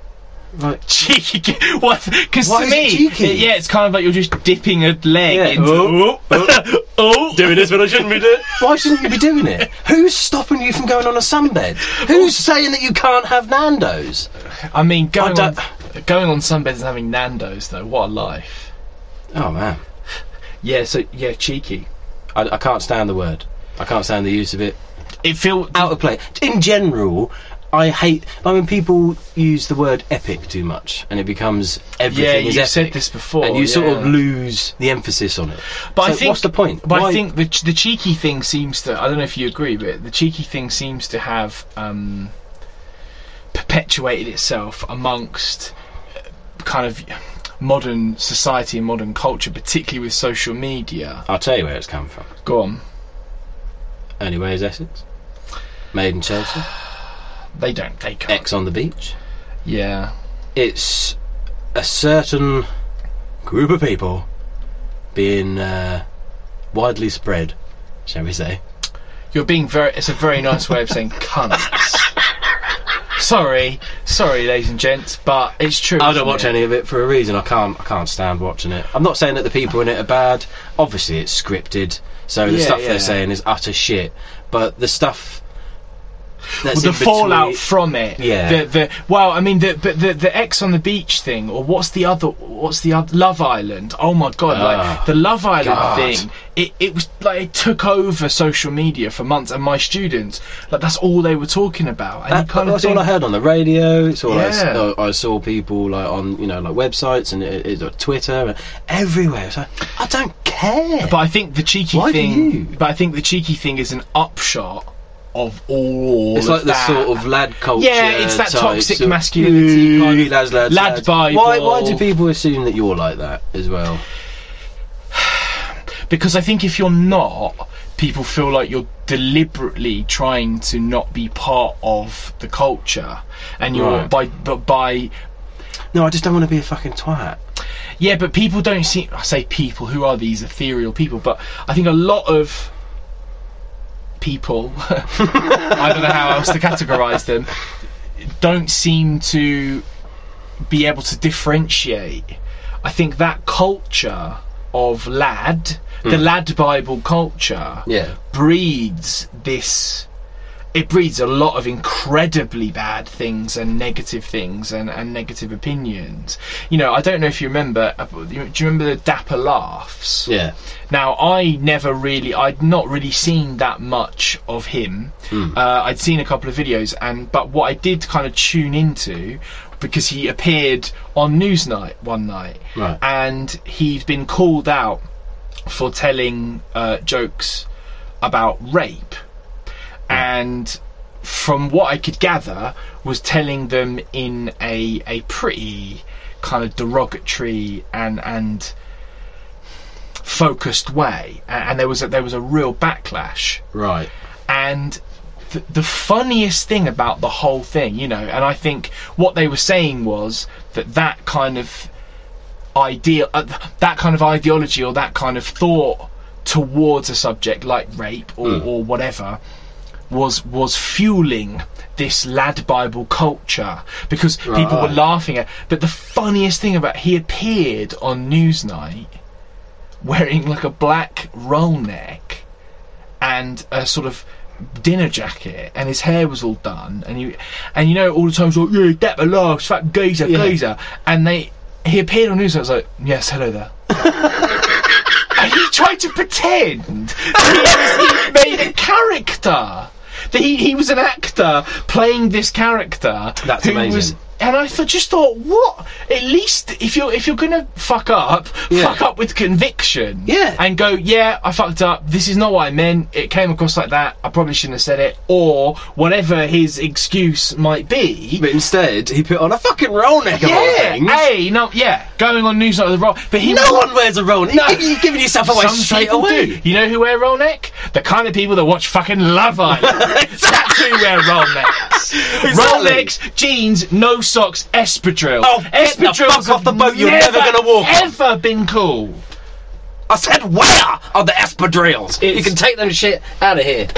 Speaker 1: Right.
Speaker 2: Cheeky. What? Because
Speaker 1: Why
Speaker 2: to
Speaker 1: is it
Speaker 2: me,
Speaker 1: cheeky?
Speaker 2: it- yeah, it's kind of like you're just dipping a leg
Speaker 1: Yeah.
Speaker 2: into.
Speaker 1: Oh,
Speaker 2: oh,
Speaker 3: Doing this when I shouldn't be doing.
Speaker 1: Why shouldn't you be doing it? Who's stopping you from going on a sunbed? Who's saying that you can't have Nando's?
Speaker 2: I mean,
Speaker 1: I
Speaker 2: going on,
Speaker 1: don't-
Speaker 2: going on sunbeds and having Nando's though, what a life.
Speaker 1: Oh man,
Speaker 2: Yeah. So yeah, cheeky.
Speaker 1: I, I can't stand the word. I can't stand the use of it.
Speaker 2: It feels.
Speaker 1: Out of place. In general. I hate like when people use the word epic too much, and it becomes everything
Speaker 2: Yeah,
Speaker 1: is
Speaker 2: you
Speaker 1: epic.
Speaker 2: said this before,
Speaker 1: and you sort of
Speaker 2: yeah.
Speaker 1: lose the emphasis on it.
Speaker 2: But I
Speaker 1: So
Speaker 2: think
Speaker 1: what's the point?
Speaker 2: But
Speaker 1: Why-
Speaker 2: I think the ch- the cheeky thing seems to. I don't know if you agree, but the cheeky thing seems to have um, perpetuated itself amongst uh, kind of modern society and modern culture, particularly with social media.
Speaker 1: I'll tell you where it's come from.
Speaker 2: Go on.
Speaker 1: Only way is Essex. Made in Chelsea.
Speaker 2: They don't. They can't.
Speaker 1: X on the beach.
Speaker 2: yeah.
Speaker 1: It's a certain group of people being uh, widely spread, shall we say?
Speaker 2: You're being very. It's a very nice way of saying cunts. sorry, sorry, ladies and gents, but it's true.
Speaker 1: I
Speaker 2: isn't
Speaker 1: don't watch
Speaker 2: it?
Speaker 1: any of it for a reason. I can't. I can't stand watching it. I'm not saying that the people in it are bad. Obviously, it's scripted, so the
Speaker 2: Yeah,
Speaker 1: stuff
Speaker 2: yeah.
Speaker 1: they're saying is utter shit. But the stuff That's
Speaker 2: the
Speaker 1: in
Speaker 2: fallout
Speaker 1: between-
Speaker 2: from it.
Speaker 1: Yeah.
Speaker 2: The, the well, I mean, the but the the X on the beach thing, or what's the other? What's the other? Love Island. Oh my god!
Speaker 1: Ah,
Speaker 2: like the Love Island
Speaker 1: God.
Speaker 2: thing. It it was like it took over social media for months, and my students like that's all they were talking about. And
Speaker 1: That-
Speaker 2: you kind of
Speaker 1: that's all I
Speaker 2: think,
Speaker 1: heard on the radio. It's all I s-
Speaker 2: Yeah.
Speaker 1: I, I saw people like on you know like websites and it, it, or Twitter and everywhere. So I don't care.
Speaker 2: but I think the cheeky
Speaker 1: Why do
Speaker 2: thing.
Speaker 1: you?
Speaker 2: But I think the cheeky thing is an upshot of all.
Speaker 1: it's
Speaker 2: of
Speaker 1: like the
Speaker 2: that.
Speaker 1: sort of lad culture.
Speaker 2: Yeah, it's that
Speaker 1: type
Speaker 2: toxic
Speaker 1: sort-
Speaker 2: masculinity kind of
Speaker 1: lads, lads,
Speaker 2: lad
Speaker 1: lads.
Speaker 2: Bible.
Speaker 1: Why, why do people assume that you're like that as well?
Speaker 2: because I think if you're not, people feel like you're deliberately trying to not be part of the culture, and you're
Speaker 1: Right.
Speaker 2: by but by
Speaker 1: No, I just don't want to be a fucking twat.
Speaker 2: yeah, but people don't see. I say people who are these ethereal people, but I think a lot of people, I don't know how else to categorise them, don't seem to be able to differentiate. I think that culture of lad, the lad Bible culture,
Speaker 1: Yeah.
Speaker 2: breeds this it breeds a lot of incredibly bad things and negative things and, and negative opinions. You know, I don't know if you remember. uh, Do you remember the Dapper Laughs?
Speaker 1: Yeah.
Speaker 2: Now, I never really, I'd not really seen that much of him. Uh, I'd seen a couple of videos, and but what I did kind of tune into because he appeared on Newsnight one night,
Speaker 1: Right.
Speaker 2: and he'd been called out for telling uh, jokes about rape, and from what I could gather, was telling them in a a pretty kind of derogatory and and focused way, a- and there was a, there was a real backlash.
Speaker 1: Right.
Speaker 2: And th- the funniest thing about the whole thing, you know, and I think what they were saying was that that kind of ideal, uh, th- that kind of ideology or that kind of thought towards a subject like rape or, or whatever was was fueling this lad bible culture because people were
Speaker 1: Right.
Speaker 2: laughing at but the funniest thing about he appeared on newsnight wearing like a black roll neck and a sort of dinner jacket and his hair was all done and you and you know all the time he's like yeah that laughs fat geezer
Speaker 1: Yeah.
Speaker 2: geezer and they he appeared on news and I was like yes hello there and he tried to pretend that he, was, he made a character that he, he was an actor playing this character
Speaker 1: That's
Speaker 2: who
Speaker 1: amazing.
Speaker 2: was and I th- just thought, what? At least if you're if you're gonna fuck up,
Speaker 1: Yeah.
Speaker 2: fuck up with conviction.
Speaker 1: Yeah.
Speaker 2: And go, yeah, I fucked up. This is not what I meant. It came across like that. I probably shouldn't have said it, or whatever his excuse might be.
Speaker 1: But instead, he put on a fucking roll neck of all
Speaker 2: yeah.
Speaker 1: things.
Speaker 2: Hey, no, yeah. Going on news with the roll, but he
Speaker 1: No one wears a roll neck.
Speaker 2: No.
Speaker 1: You're giving yourself away straight
Speaker 2: people
Speaker 1: away.
Speaker 2: do. You know who wear roll neck? The kind of people that watch fucking Love Island. That's who wear roll necks. Roll
Speaker 1: Exactly.
Speaker 2: necks, jeans, no socks, espadrille.
Speaker 1: Oh, get the fuck
Speaker 2: have
Speaker 1: off the boat you're never gonna walk on.
Speaker 2: Ever been cool?
Speaker 1: I said, where are the espadrilles? You
Speaker 2: It's-
Speaker 1: can take them shit out of here.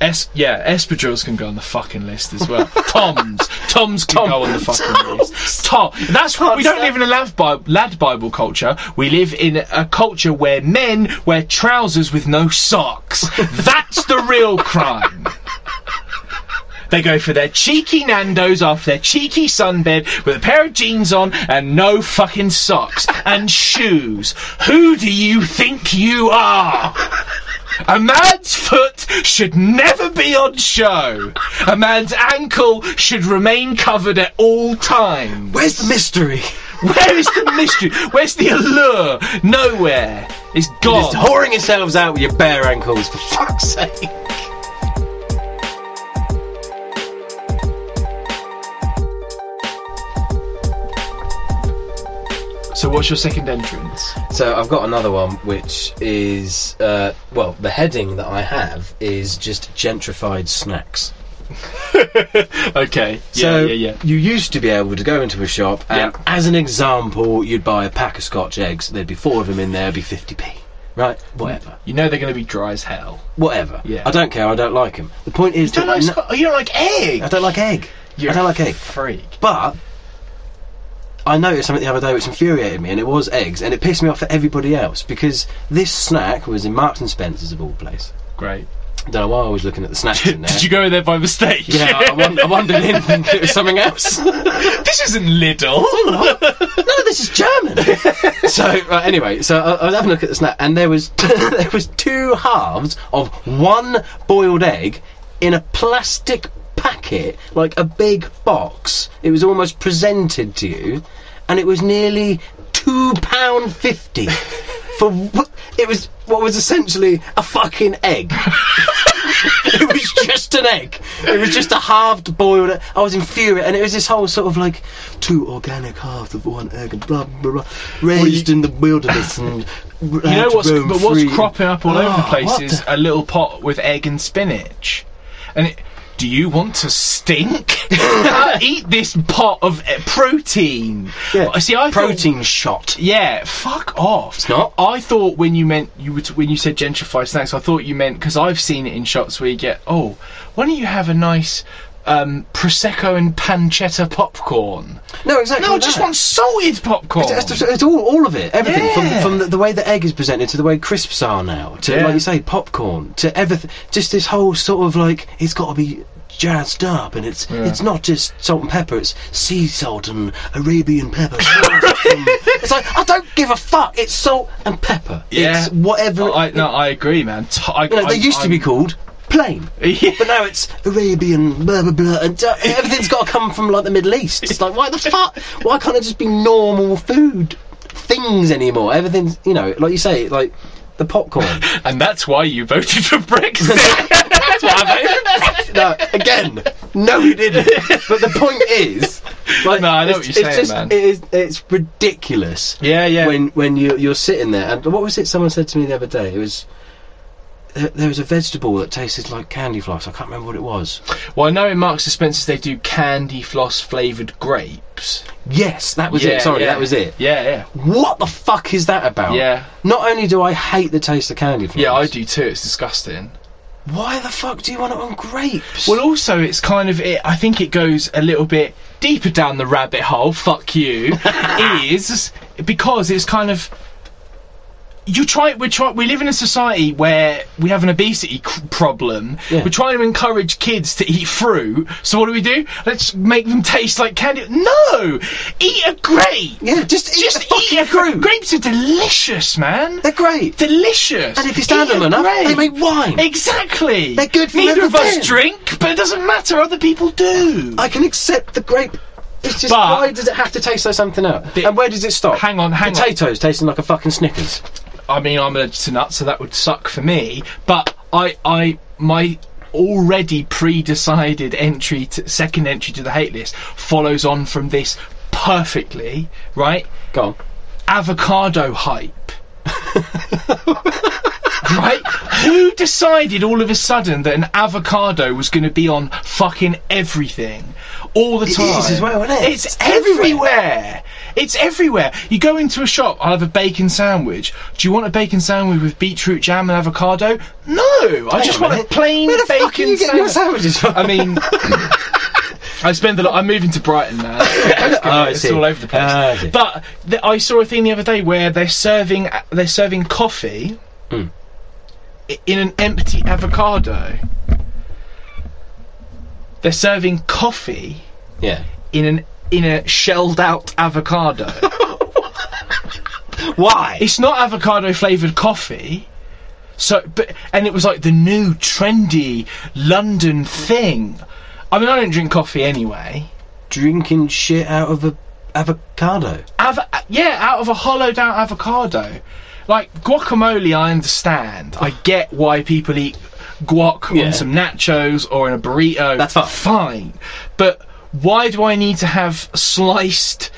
Speaker 2: Es- yeah, espadrilles can go on the fucking list as well. Toms, Toms can go on the fucking list. Tom, that's what we don't live in a lad, bi- lad Bible culture. We live in a culture where men wear trousers with no socks. That's the real crime. They go for their cheeky Nando's after their cheeky sunbed with a pair of jeans on and no fucking socks and shoes. Who do you think you are? A man's foot should never be on show. A man's ankle should remain covered at all times.
Speaker 1: Where's the mystery?
Speaker 2: Where is the mystery? Where's the allure? Nowhere. It's gone.
Speaker 1: Just whoring yourselves out with your bare ankles, for fuck's sake.
Speaker 2: so, what's your second entrance?
Speaker 1: So I've got another one, which is uh, well, the heading that I have is just gentrified snacks.
Speaker 2: Okay. Yeah,
Speaker 1: so
Speaker 2: yeah, yeah.
Speaker 1: you used to be able to go into a shop, and
Speaker 2: Yeah.
Speaker 1: as an example, you'd buy a pack of Scotch eggs. There'd be four of them in there. It'd be fifty p. Right, whatever,
Speaker 2: You know they're going to be dry as hell.
Speaker 1: whatever.
Speaker 2: Yeah.
Speaker 1: I don't care. I don't like them. The point is, that no-
Speaker 2: you don't like egg.
Speaker 1: I don't like egg. I don't like egg.
Speaker 2: Freak.
Speaker 1: But I noticed something the other day which infuriated me, and it was eggs, and it pissed me off for everybody else because this snack was in Marks and Spencers of all place.
Speaker 2: Great.
Speaker 1: Don't know why I was looking at the snacks in there.
Speaker 2: Did you go in there by mistake?
Speaker 1: yeah, I, won- I wandered in thinking it was something else.
Speaker 2: this isn't Lidl.
Speaker 1: no, this is German. so right, anyway, so I, I was having a look at the snack, and there was there was two halves of one boiled egg in a plastic packet, like a big box. It was almost presented to you, and it was nearly two pound fifty for what it was. What was essentially a fucking egg. it was just an egg. It was just a halved boiled. egg. I was infuriated, and it was this whole sort of like two organic halves of one egg, and blah blah blah, raised in the wilderness and. You
Speaker 2: You know what's but what's cropping up all
Speaker 1: Ah,
Speaker 2: over the place is a little pot with egg and spinach, and it, do you want to stink? Uh, Eat this pot of uh, protein.
Speaker 1: Yeah.
Speaker 2: See, I thought-
Speaker 1: protein shot.
Speaker 2: yeah, fuck off. It's
Speaker 1: not.
Speaker 2: I thought when you meant you were t- when you said gentrified snacks, I thought you meant because I've seen it in shops where you get oh, why don't you have a nice um, prosecco and pancetta popcorn?
Speaker 1: No, exactly.
Speaker 2: No, I
Speaker 1: that.
Speaker 2: just want salted popcorn.
Speaker 1: It's, it's- it's all, all of it, everything
Speaker 2: Yeah.
Speaker 1: from, from the, the way the egg is presented to the way crisps are now to
Speaker 2: Yeah.
Speaker 1: like you say popcorn to everything. Just this whole sort of like it's got to be jazzed up, and it's it's not just salt and pepper. It's sea salt and Arabian pepper. it's like I don't give a fuck. It's salt and pepper.
Speaker 2: Yeah.
Speaker 1: it's whatever.
Speaker 2: No, I, no, I agree, man. T- I,
Speaker 1: you know,
Speaker 2: I-
Speaker 1: they used to
Speaker 2: I'm-
Speaker 1: be called plain.
Speaker 2: Yeah.
Speaker 1: But now it's Arabian, blah blah blah, and uh, everything's got to come from like the Middle East. It's like, why the fuck? Why can't it just be normal food things anymore? Everything's, you know, like you say, like the popcorn.
Speaker 2: And that's why you voted for Brexit. that's why I voted.
Speaker 1: no, again, no, you didn't. But the point is, like,
Speaker 2: No, I know
Speaker 1: it's-
Speaker 2: what you're saying,
Speaker 1: it's just,
Speaker 2: man.
Speaker 1: It is, it's ridiculous.
Speaker 2: Yeah, yeah.
Speaker 1: when when you, you're sitting there. And what was it? Someone said to me the other day. It was there, there was a vegetable that tasted like candy floss. I can't remember what it was.
Speaker 2: well, I know in Marks and Spencer's they do candy floss flavoured grapes.
Speaker 1: Yes, that was
Speaker 2: Yeah,
Speaker 1: it. Sorry,
Speaker 2: yeah.
Speaker 1: that was it.
Speaker 2: Yeah, yeah.
Speaker 1: What the fuck is that about?
Speaker 2: Yeah.
Speaker 1: Not only do I hate the taste of candy floss.
Speaker 2: Yeah, I do too. It's disgusting.
Speaker 1: Why the fuck do you want it on grapes?
Speaker 2: Well, also, it's kind of. It, I think it goes a little bit deeper down the rabbit hole. Fuck you. is because it's kind of. You try. We try. We live in a society where we have an obesity c- problem.
Speaker 1: Yeah.
Speaker 2: We're trying to encourage kids to eat fruit. So what do we do? Let's make them taste like candy. No, eat a grape.
Speaker 1: yeah, just eat
Speaker 2: Just
Speaker 1: the fucking
Speaker 2: eat a
Speaker 1: fruit.
Speaker 2: grape. Grapes are delicious, man.
Speaker 1: They're great.
Speaker 2: delicious.
Speaker 1: And if you stand
Speaker 2: Eat
Speaker 1: them
Speaker 2: a
Speaker 1: enough, they
Speaker 2: grape.
Speaker 1: make wine.
Speaker 2: Exactly.
Speaker 1: They're good for
Speaker 2: Neither of us
Speaker 1: everything.
Speaker 2: drink, but it doesn't matter. Other people do.
Speaker 1: I can accept the grape. It's just
Speaker 2: But-
Speaker 1: why does it have to taste like something else?
Speaker 2: The-
Speaker 1: and where does it stop?
Speaker 2: Hang on, hang on.
Speaker 1: Potatoes tasting like a fucking Snickers.
Speaker 2: I mean, I'm allergic to nuts, so that would suck for me. But I, I, my already pre-decided entry, to, second entry to the hate list, follows on from this perfectly. Right,
Speaker 1: Go on.
Speaker 2: avocado hype. right? Who decided all of a sudden that an avocado was going to be on fucking everything all the time?
Speaker 1: is as well, isn't it?
Speaker 2: It's
Speaker 1: It's
Speaker 2: everywhere. It's everywhere. You go into a shop, I'll have a bacon sandwich. Do you want a bacon sandwich with beetroot jam and avocado? No, I just
Speaker 1: a
Speaker 2: want a
Speaker 1: minute.
Speaker 2: plain
Speaker 1: Where the
Speaker 2: bacon
Speaker 1: fuck are you getting your
Speaker 2: sandwich.
Speaker 1: sandwiches from?
Speaker 2: I mean, I spend a lot. I'm moving to Brighton now. It's,
Speaker 1: Oh, I
Speaker 2: it's
Speaker 1: see.
Speaker 2: all over the place.
Speaker 1: Ah, I see.
Speaker 2: but th- I saw a thing the other day where they're serving they're serving coffee
Speaker 1: Hmm.
Speaker 2: i- in an empty avocado. They're serving coffee
Speaker 1: yeah.
Speaker 2: in an in a shelled out avocado.
Speaker 1: Why?
Speaker 2: it's not avocado flavored coffee. So, but and it was like the new trendy London thing. I mean, I don't drink coffee anyway.
Speaker 1: Drinking shit out of a avocado.
Speaker 2: Ava- yeah, out of a hollowed out avocado. Like guacamole, I understand. I get why people eat guac
Speaker 1: Yeah.
Speaker 2: on some nachos or in a burrito.
Speaker 1: That's fine.
Speaker 2: fine. But why do I need to have sliced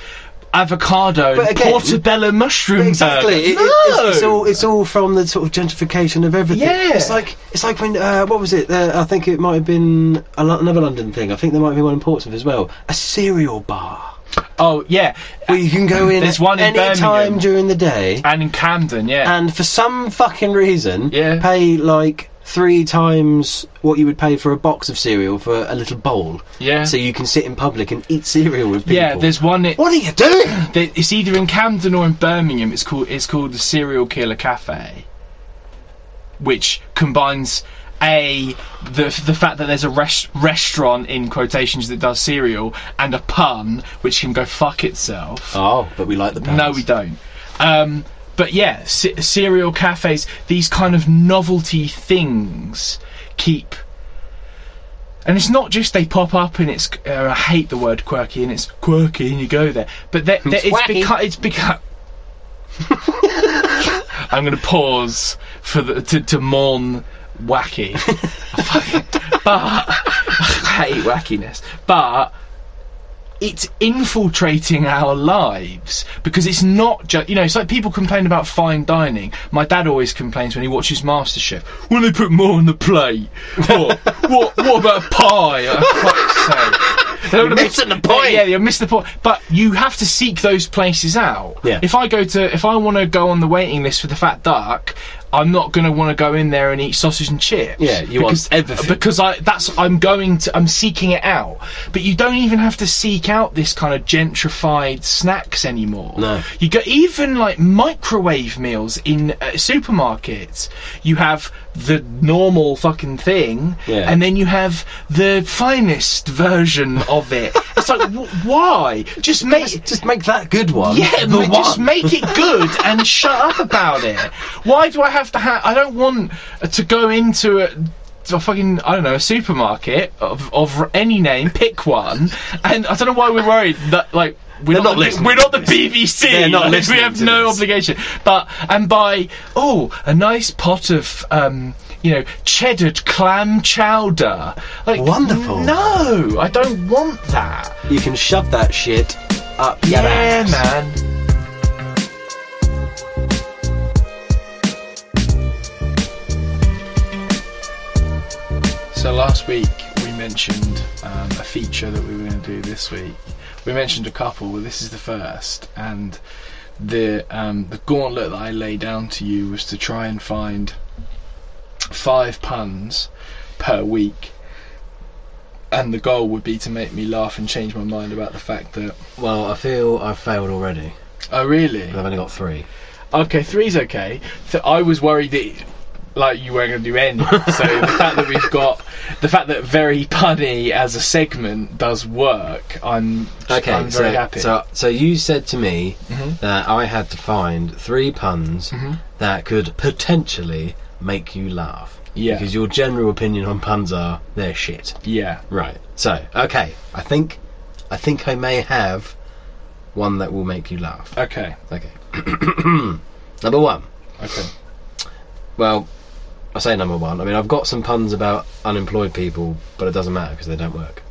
Speaker 2: avocado
Speaker 1: But
Speaker 2: and
Speaker 1: again-
Speaker 2: portobello mushroom?
Speaker 1: Exactly.
Speaker 2: burger?
Speaker 1: It- it-
Speaker 2: no.
Speaker 1: it's, it's all it's all from the sort of gentrification of everything.
Speaker 2: Yeah.
Speaker 1: It's like it's like when uh, what was it? Uh, I think it might have been a, Lo- another London thing. I think there might be one in Portsmouth as well. A cereal bar
Speaker 2: oh yeah,
Speaker 1: where you can go in
Speaker 2: There's
Speaker 1: at
Speaker 2: one in
Speaker 1: any time
Speaker 2: Birmingham.
Speaker 1: during the day,
Speaker 2: and in Camden, yeah.
Speaker 1: and for some fucking reason,
Speaker 2: Yeah.
Speaker 1: pay like three times what you would pay for a box of cereal for a little bowl.
Speaker 2: Yeah.
Speaker 1: So you can sit in public and eat cereal with people.
Speaker 2: yeah, there's one. It,
Speaker 1: What are you doing?
Speaker 2: there- it's either in Camden or in Birmingham. It's called it's called the Serial Killer Cafe, which combines a the the fact that there's a res- restaurant in quotations that does cereal and a pun which can go fuck itself.
Speaker 1: Oh, but we like the pants.
Speaker 2: No, we don't. Um, but yeah, c- cereal cafes, these kind of novelty things keep. And it's not just they pop up and it's. Uh, I hate the word quirky and it's quirky and you go there. But they they- it's
Speaker 1: wacky.
Speaker 2: become. It's become. I'm going to pause for the, to, to mourn wacky. Fucking- but. I hate wackiness. But it's infiltrating our lives because it's not just you know it's like people complain about fine dining my dad always complains when he watches masterchef when they put more on the plate what what, what about pie oh, fuck's sake. They don't wanna
Speaker 1: missing
Speaker 2: make-
Speaker 1: the point.
Speaker 2: yeah you missed the point but you have to seek those places out
Speaker 1: Yeah.
Speaker 2: if i go to if i want to go on the waiting list for the fat duck i'm not going to want to go in there and eat sausage and chips
Speaker 1: Yeah, you want everything.
Speaker 2: because I that's I'm going to I'm seeking it out. But you don't even have to seek out this kind of gentrified snacks anymore.
Speaker 1: No.
Speaker 2: You go even like microwave meals in uh, supermarkets. You have the normal fucking thing,
Speaker 1: Yeah.
Speaker 2: and then you have the finest version of it. it's like w- why? Just make
Speaker 1: Just make that good one.
Speaker 2: yeah,
Speaker 1: the
Speaker 2: ma- just
Speaker 1: one.
Speaker 2: make it good and shut up about it. Why do I have to have? I don't want to go into a, to a fucking I don't know a supermarket of of any name. Pick one, and I don't know why we're worried that like. We're
Speaker 1: They're not
Speaker 2: the-
Speaker 1: listening
Speaker 2: We're not the
Speaker 1: to this.
Speaker 2: BBC.
Speaker 1: They're not
Speaker 2: like,
Speaker 1: listening
Speaker 2: We have
Speaker 1: to
Speaker 2: no
Speaker 1: this.
Speaker 2: obligation. But and by oh, a nice pot of um, you know cheddar clam chowder. Like
Speaker 1: Wonderful.
Speaker 2: No, I don't want that.
Speaker 1: You can shove that shit up your
Speaker 2: Yeah,
Speaker 1: ass.
Speaker 2: man. So last week we mentioned um, a feature that we were going to do this week. We mentioned a couple, but this is the first. And the um, the gauntlet that I laid down to you was to try and find five puns per week. And the goal would be to make me laugh and change my mind about the fact that
Speaker 1: Well, I feel I've failed already.
Speaker 2: Oh really?
Speaker 1: I've only got three.
Speaker 2: Okay, three's okay. So I was worried that like you weren't going to do any. so the fact that we've got the fact that very punny as a segment does work, I'm
Speaker 1: Okay,
Speaker 2: I'm
Speaker 1: so,
Speaker 2: very happy.
Speaker 1: so so you said to me
Speaker 2: Mhm.
Speaker 1: that I had to find three puns
Speaker 2: Mhm.
Speaker 1: that could potentially make you laugh.
Speaker 2: Yeah.
Speaker 1: Because your general opinion on puns are they're shit.
Speaker 2: yeah,
Speaker 1: Right. So okay, I think I think I may have one that will make you laugh.
Speaker 2: okay,
Speaker 1: Okay. number one.
Speaker 2: okay.
Speaker 1: Well, I say number one. I mean, I've got some puns about unemployed people, but it doesn't matter because they don't work.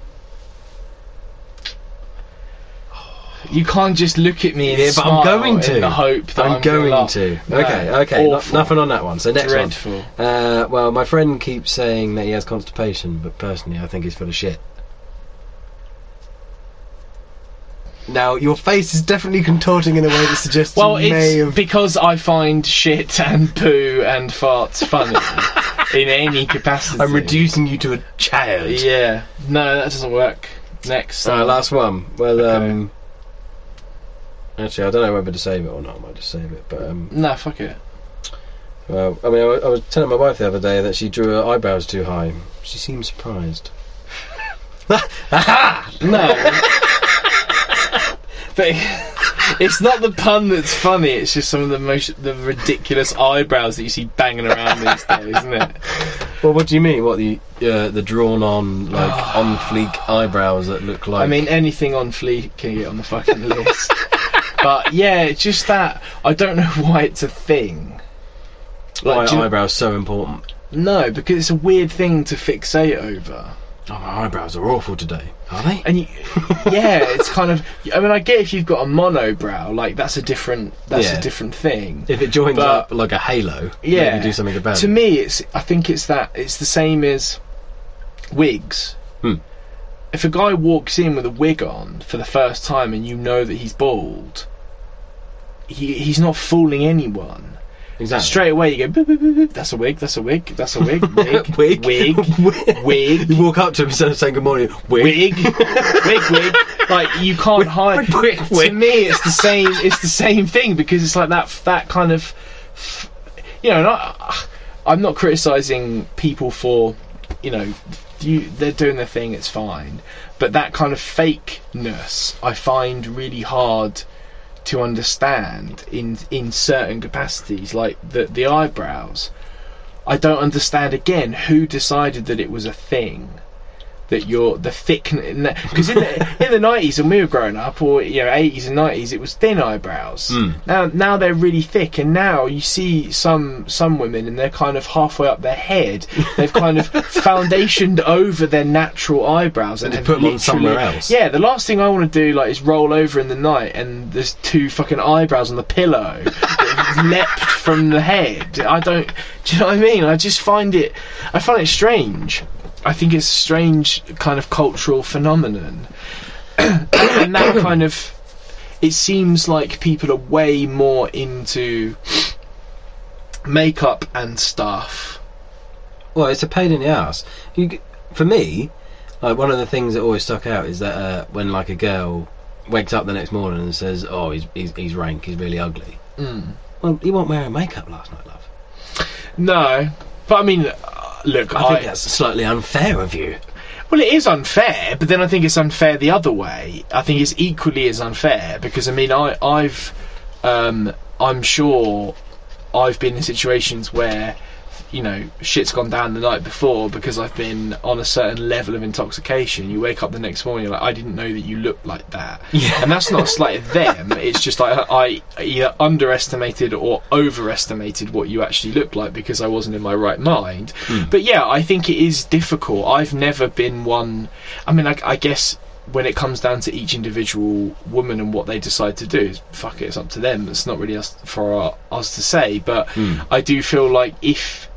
Speaker 2: You can't just look at me and
Speaker 1: Yeah, but I'm
Speaker 2: smile
Speaker 1: going
Speaker 2: in
Speaker 1: to.
Speaker 2: the hope that I'm,
Speaker 1: I'm,
Speaker 2: gonna
Speaker 1: going
Speaker 2: laugh.
Speaker 1: to.
Speaker 2: No,
Speaker 1: okay, okay. no-
Speaker 2: awful.
Speaker 1: nothing on that one. So next
Speaker 2: Dreadful.
Speaker 1: one. Uh, well, my friend keeps saying that he has constipation, but personally, I think he's full of shit. Now, your face is definitely contorting in a way that suggests
Speaker 2: Well,
Speaker 1: you
Speaker 2: it's
Speaker 1: may have.
Speaker 2: because I find shit and poo and farts funny in any capacity.
Speaker 1: I'm reducing you to a child.
Speaker 2: Yeah, no, that doesn't work. Next,
Speaker 1: Alright, last one. Well,
Speaker 2: Okay.
Speaker 1: um. Actually, I don't know whether to save it or not. I might just save it, but um.
Speaker 2: No, fuck it.
Speaker 1: Well, I mean, I, wa- I was telling my wife the other day that she drew her eyebrows too high. She seemed surprised.
Speaker 2: No. but it's not the pun that's funny, it's just some of the most the ridiculous eyebrows that you see banging around these days, isn't it?
Speaker 1: Well, what do you mean? What the uh, the drawn on like on fleek eyebrows that look like?
Speaker 2: I mean anything on fleek can get on the fucking list. but yeah, it's just that I don't know why it's a thing.
Speaker 1: why
Speaker 2: Like, do
Speaker 1: are
Speaker 2: you-
Speaker 1: eyebrows so important?
Speaker 2: no, because it's a weird thing to fixate over.
Speaker 1: Oh, my eyebrows are awful today. Are they?
Speaker 2: And you, yeah, it's kind of. I mean, I get if you've got a monobrow, like that's a different, that's
Speaker 1: Yeah.
Speaker 2: a different thing.
Speaker 1: If it joins
Speaker 2: But-
Speaker 1: up like a halo, yeah, maybe do something about
Speaker 2: to
Speaker 1: it.
Speaker 2: me, it's. I think it's that. It's the same as wigs.
Speaker 1: Hmm.
Speaker 2: If a guy walks in with a wig on for the first time and you know that he's bald, he he's not fooling anyone.
Speaker 1: exactly.
Speaker 2: Straight away you go, boop, boop, boop, boop, that's a wig, that's a wig, that's a wig, wig,
Speaker 1: Wig.
Speaker 2: wig, wig,
Speaker 1: You walk up to him instead of saying good morning. Wig.
Speaker 2: wig, wig, wig. Like you can't hide.
Speaker 1: wig,
Speaker 2: To
Speaker 1: wig.
Speaker 2: me, it's the same. It's the same thing because it's like that. That kind of, you know. And I, I'm not criticizing people for, you know, you, they're doing their thing. It's fine, but that kind of fakeness I find really hard to understand in in certain capacities, like the the eyebrows. I don't understand again who decided that it was a thing that you're the thick because in the in the nineties when we were growing up or you know eighties and nineties it was thin eyebrows. Now now they're really thick and now you see some some women and they're kind of halfway up their head. They've kind of foundationed over their natural eyebrows and
Speaker 1: They
Speaker 2: have
Speaker 1: put 'em on
Speaker 2: literally-
Speaker 1: somewhere else.
Speaker 2: Yeah, the last thing I want to do like is roll over in the night and there's two fucking eyebrows on the pillow that have leapt from the head. I don't. Do you know what I mean? I just find it. I find it strange. I think it's a strange kind of cultural phenomenon, and that kind of. It seems like people are way more into makeup and stuff.
Speaker 4: Well, it's a pain in the ass. You, g- for me, like one of the things that always stuck out is that uh, when like a girl wakes up the next morning and says, "Oh, he's he's, he's rank. He's really ugly."
Speaker 2: Mm.
Speaker 4: Well, he wasn't wearing makeup last night, love.
Speaker 2: No, but I mean, uh, look,
Speaker 4: I think that's slightly unfair of you.
Speaker 2: Well, it is unfair, but then I think it's unfair the other way. I think it's equally as unfair because I mean, I, I've, um, I'm sure, I've been in situations where, you know, shit's gone down the night before because I've been on a certain level of intoxication. You wake up the next morning, you're like, I didn't know that you looked like that,
Speaker 4: Yeah.
Speaker 2: and that's not a slight at them. It's just like I I either underestimated or overestimated what you actually looked like because I wasn't in my right mind. But yeah, I think it is difficult. I've never been one. I mean, I, I guess when it comes down to each individual woman and what they decide to do, fuck it, it's up to them. It's not really us for our, us to say. But
Speaker 4: Hmm.
Speaker 2: I do feel like if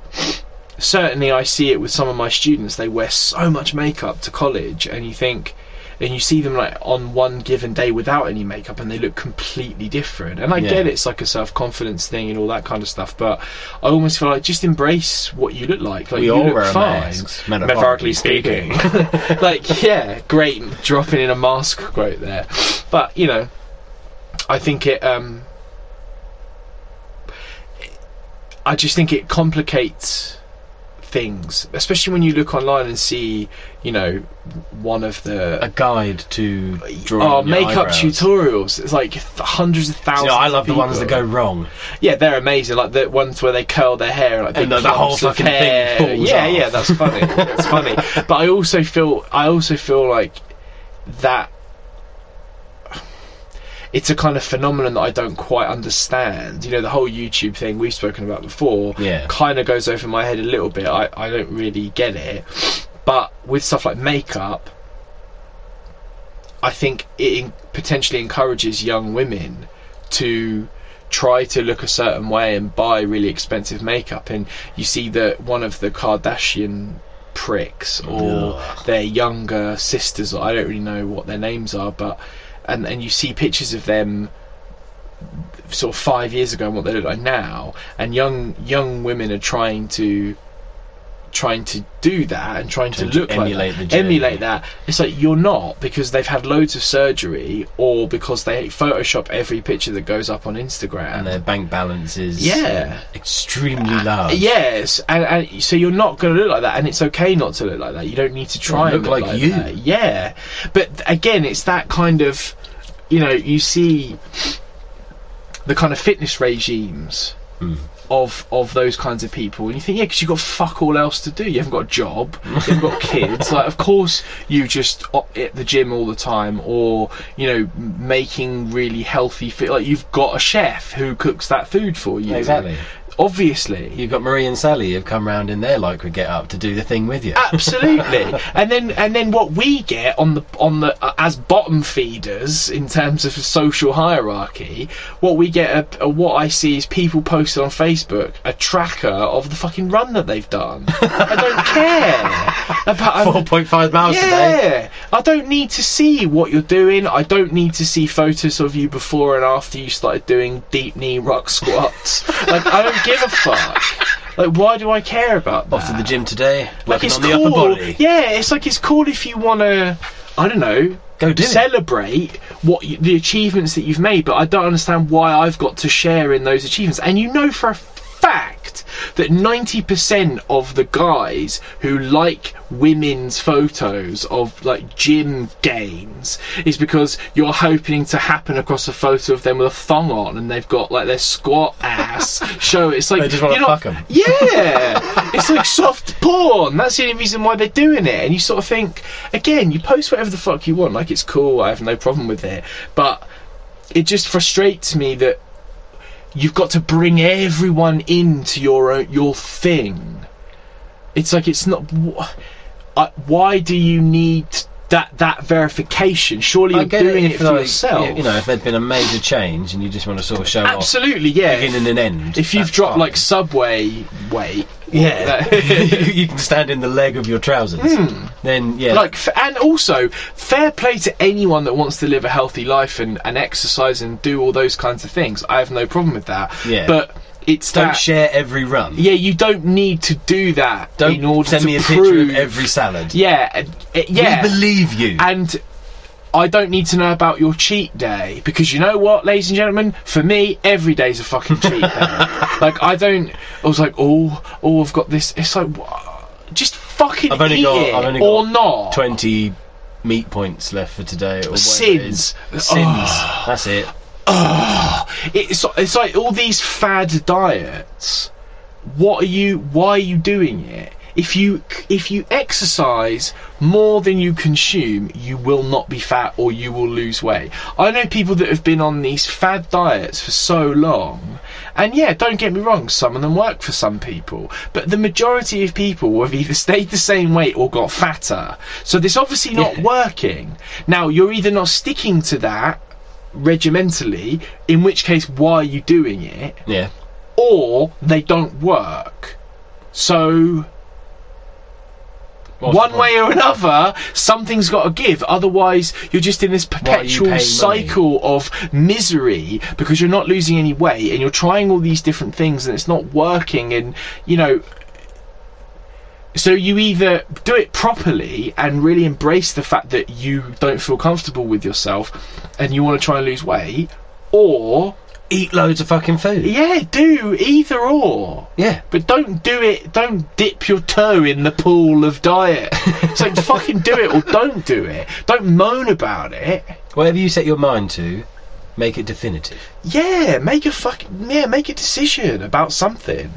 Speaker 2: certainly I see it with some of my students. They wear so much makeup to college, and you think, and you see them like on one given day without any makeup, and they look completely different. And I
Speaker 4: Yeah.
Speaker 2: get it's like a self confidence thing and all that kind of stuff, but I almost feel like just embrace what you look like. Like
Speaker 4: We
Speaker 2: you
Speaker 4: all
Speaker 2: look
Speaker 4: wear
Speaker 2: fine,
Speaker 4: masks, metaphorically
Speaker 2: metaphorically speaking. like yeah, great dropping in a mask quote there, but you know, I think it. um I just think it complicates things, especially when you look online and see, you know, one of
Speaker 4: A
Speaker 2: the
Speaker 4: guide to drawing
Speaker 2: oh,
Speaker 4: your
Speaker 2: makeup
Speaker 4: eyebrows.
Speaker 2: tutorials. It's like th- hundreds of
Speaker 4: You
Speaker 2: thousands.
Speaker 4: know, I
Speaker 2: of
Speaker 4: love the ones that
Speaker 2: people.
Speaker 4: go wrong.
Speaker 2: Yeah, they're amazing. Like the ones where they curl their hair, like big
Speaker 4: the- the
Speaker 2: clumps
Speaker 4: whole
Speaker 2: of
Speaker 4: fucking thing
Speaker 2: hair.
Speaker 4: falls
Speaker 2: Yeah,
Speaker 4: off.
Speaker 2: yeah, that's funny. that's funny. But I also feel, I also feel like that. It's a kind of phenomenon that I don't quite understand. You know, the whole YouTube thing we've spoken about before
Speaker 4: Yeah.
Speaker 2: kind of goes over my head a little bit. I, I don't really get it. But with stuff like makeup, I think it in- potentially encourages young women to try to look a certain way and buy really expensive makeup. And you see that one of the Kardashian pricks or their younger sisters, I don't really know what their names are, but and, and you see pictures of them sort of five years ago and what they look like now, and young young women are trying to trying to do that and trying to,
Speaker 4: Trying to
Speaker 2: look like
Speaker 4: emulate
Speaker 2: that,
Speaker 4: the journey.
Speaker 2: emulate that. It's like you're not because they've had loads of surgery or because they Photoshop every picture that goes up on Instagram.
Speaker 4: And their bank balance is
Speaker 2: Yeah.
Speaker 4: extremely large.
Speaker 2: Uh, Yes, and, and so you're not going to look like that, and it's okay not to look like that. You don't need to try
Speaker 4: Well,
Speaker 2: and
Speaker 4: look
Speaker 2: look like,
Speaker 4: like you.
Speaker 2: that. Yeah, but th- again, it's that kind of, you know, you see the kind of fitness regimes
Speaker 4: Mm.
Speaker 2: of of those kinds of people, and you think, yeah, because you've got fuck all else to do. You haven't got a job, you haven't got kids. Like, of course, you just op- at the gym all the time, or you know, m- making really healthy. Fit- like, you've got a chef who cooks that food for you.
Speaker 4: Exactly.
Speaker 2: Obviously,
Speaker 4: You've got Marie and Sally have come round in their lycra get up to do the thing with you.
Speaker 2: Uh, Absolutely, and then and then what we get on the on the uh, as bottom feeders in terms of social hierarchy, what we get are, are what I see is people posted on Facebook a tracker of the fucking run that they've done. I don't care about
Speaker 4: Four point five miles today.
Speaker 2: um, yeah, I don't need to see what you're doing. I don't need to see photos of you before and after you started doing deep knee rock squats. like I don't give a fuck. Like why do I care about that?
Speaker 4: Off to the gym today.
Speaker 2: like
Speaker 4: Working
Speaker 2: it's
Speaker 4: on the
Speaker 2: cool.
Speaker 4: upper body.
Speaker 2: Yeah, it's like it's cool if you want to. I don't know.
Speaker 4: Go do it.
Speaker 2: celebrate what you, the achievements that you've made, but I don't understand why I've got to share in those achievements. And you know for a fact fact that 90% of the guys who like women's photos of like gym gains is because you're hoping to happen across a photo of them with a thong on and they've got like their squat ass show. It's like
Speaker 5: They just wanna
Speaker 2: you're not-
Speaker 5: fuck 'em.
Speaker 2: Yeah, it's like soft porn. That's the only reason why they're doing it. And you sort of think, again, you post whatever the fuck you want. Like it's cool. I have no problem with it. But it just frustrates me that you've got to bring everyone into your own, your thing. It's like it's not. wh- I- Why do you need that that verification? Surely
Speaker 4: I
Speaker 2: you're
Speaker 4: get
Speaker 2: doing it,
Speaker 4: if,
Speaker 2: for
Speaker 4: like,
Speaker 2: yourself.
Speaker 4: You know, if there'd been a major change and you just want to sort of show off
Speaker 2: Absolutely, yeah.
Speaker 4: beginning and end.
Speaker 2: if you've
Speaker 4: that's
Speaker 2: dropped
Speaker 4: fine.
Speaker 2: like subway weight,
Speaker 4: yeah,
Speaker 2: that-
Speaker 4: you you can stand in the leg of your trousers. Then yeah,
Speaker 2: Hmm. Like, f- and also, fair play to anyone that wants to live a healthy life and, and exercise and do all those kinds of things. I have no problem with that.
Speaker 4: Yeah.
Speaker 2: But it's
Speaker 4: don't
Speaker 2: that.
Speaker 4: share every run.
Speaker 2: yeah, you don't need to do that
Speaker 4: Don't
Speaker 2: in order
Speaker 4: send
Speaker 2: to
Speaker 4: me a
Speaker 2: prove.
Speaker 4: picture of every salad.
Speaker 2: yeah, and- uh, yeah.
Speaker 4: We believe you.
Speaker 2: and I don't need to know about your cheat day because you know what, ladies and gentlemen, for me, every day's a fucking cheat day. like I don't. I was like, oh, oh, I've got this. It's like, wha- just fucking
Speaker 4: I've only
Speaker 2: eat
Speaker 4: got-
Speaker 2: it
Speaker 4: I've only
Speaker 2: or
Speaker 4: got
Speaker 2: not.
Speaker 4: Twenty meat points left for today. Or whatever it
Speaker 2: Sins. Oh.
Speaker 4: is. sins. That's it.
Speaker 2: it's it's like all these fad diets. What are you? Why are you doing it? If you if you exercise more than you consume, you will not be fat or you will lose weight. I know people that have been on these fad diets for so long, and yeah, don't get me wrong, some of them work for some people, but the majority of people have either stayed the same weight or got fatter. So this obviously not working. Now you're either not sticking to that regimentally, in which case, why are you doing it?
Speaker 4: Yeah.
Speaker 2: Or they don't work. So,
Speaker 4: What's the
Speaker 2: one
Speaker 4: point?
Speaker 2: way or another, something's got to give. Otherwise, you're just in this
Speaker 4: are you paying
Speaker 2: perpetual
Speaker 4: money?
Speaker 2: cycle of misery because you're not losing any weight and you're trying all these different things and it's not working. And, you know, so you either do it properly and really embrace the fact that you don't feel comfortable with yourself and you want to try and lose weight, or
Speaker 4: Eat loads of fucking food.
Speaker 2: yeah, do either or.
Speaker 4: yeah.
Speaker 2: But don't do it. Don't dip your toe in the pool of diet. so fucking do it or don't do it. Don't moan about it.
Speaker 4: Whatever you set your mind to, make it definitive.
Speaker 2: Yeah, make a fuck. Yeah, make a decision about something,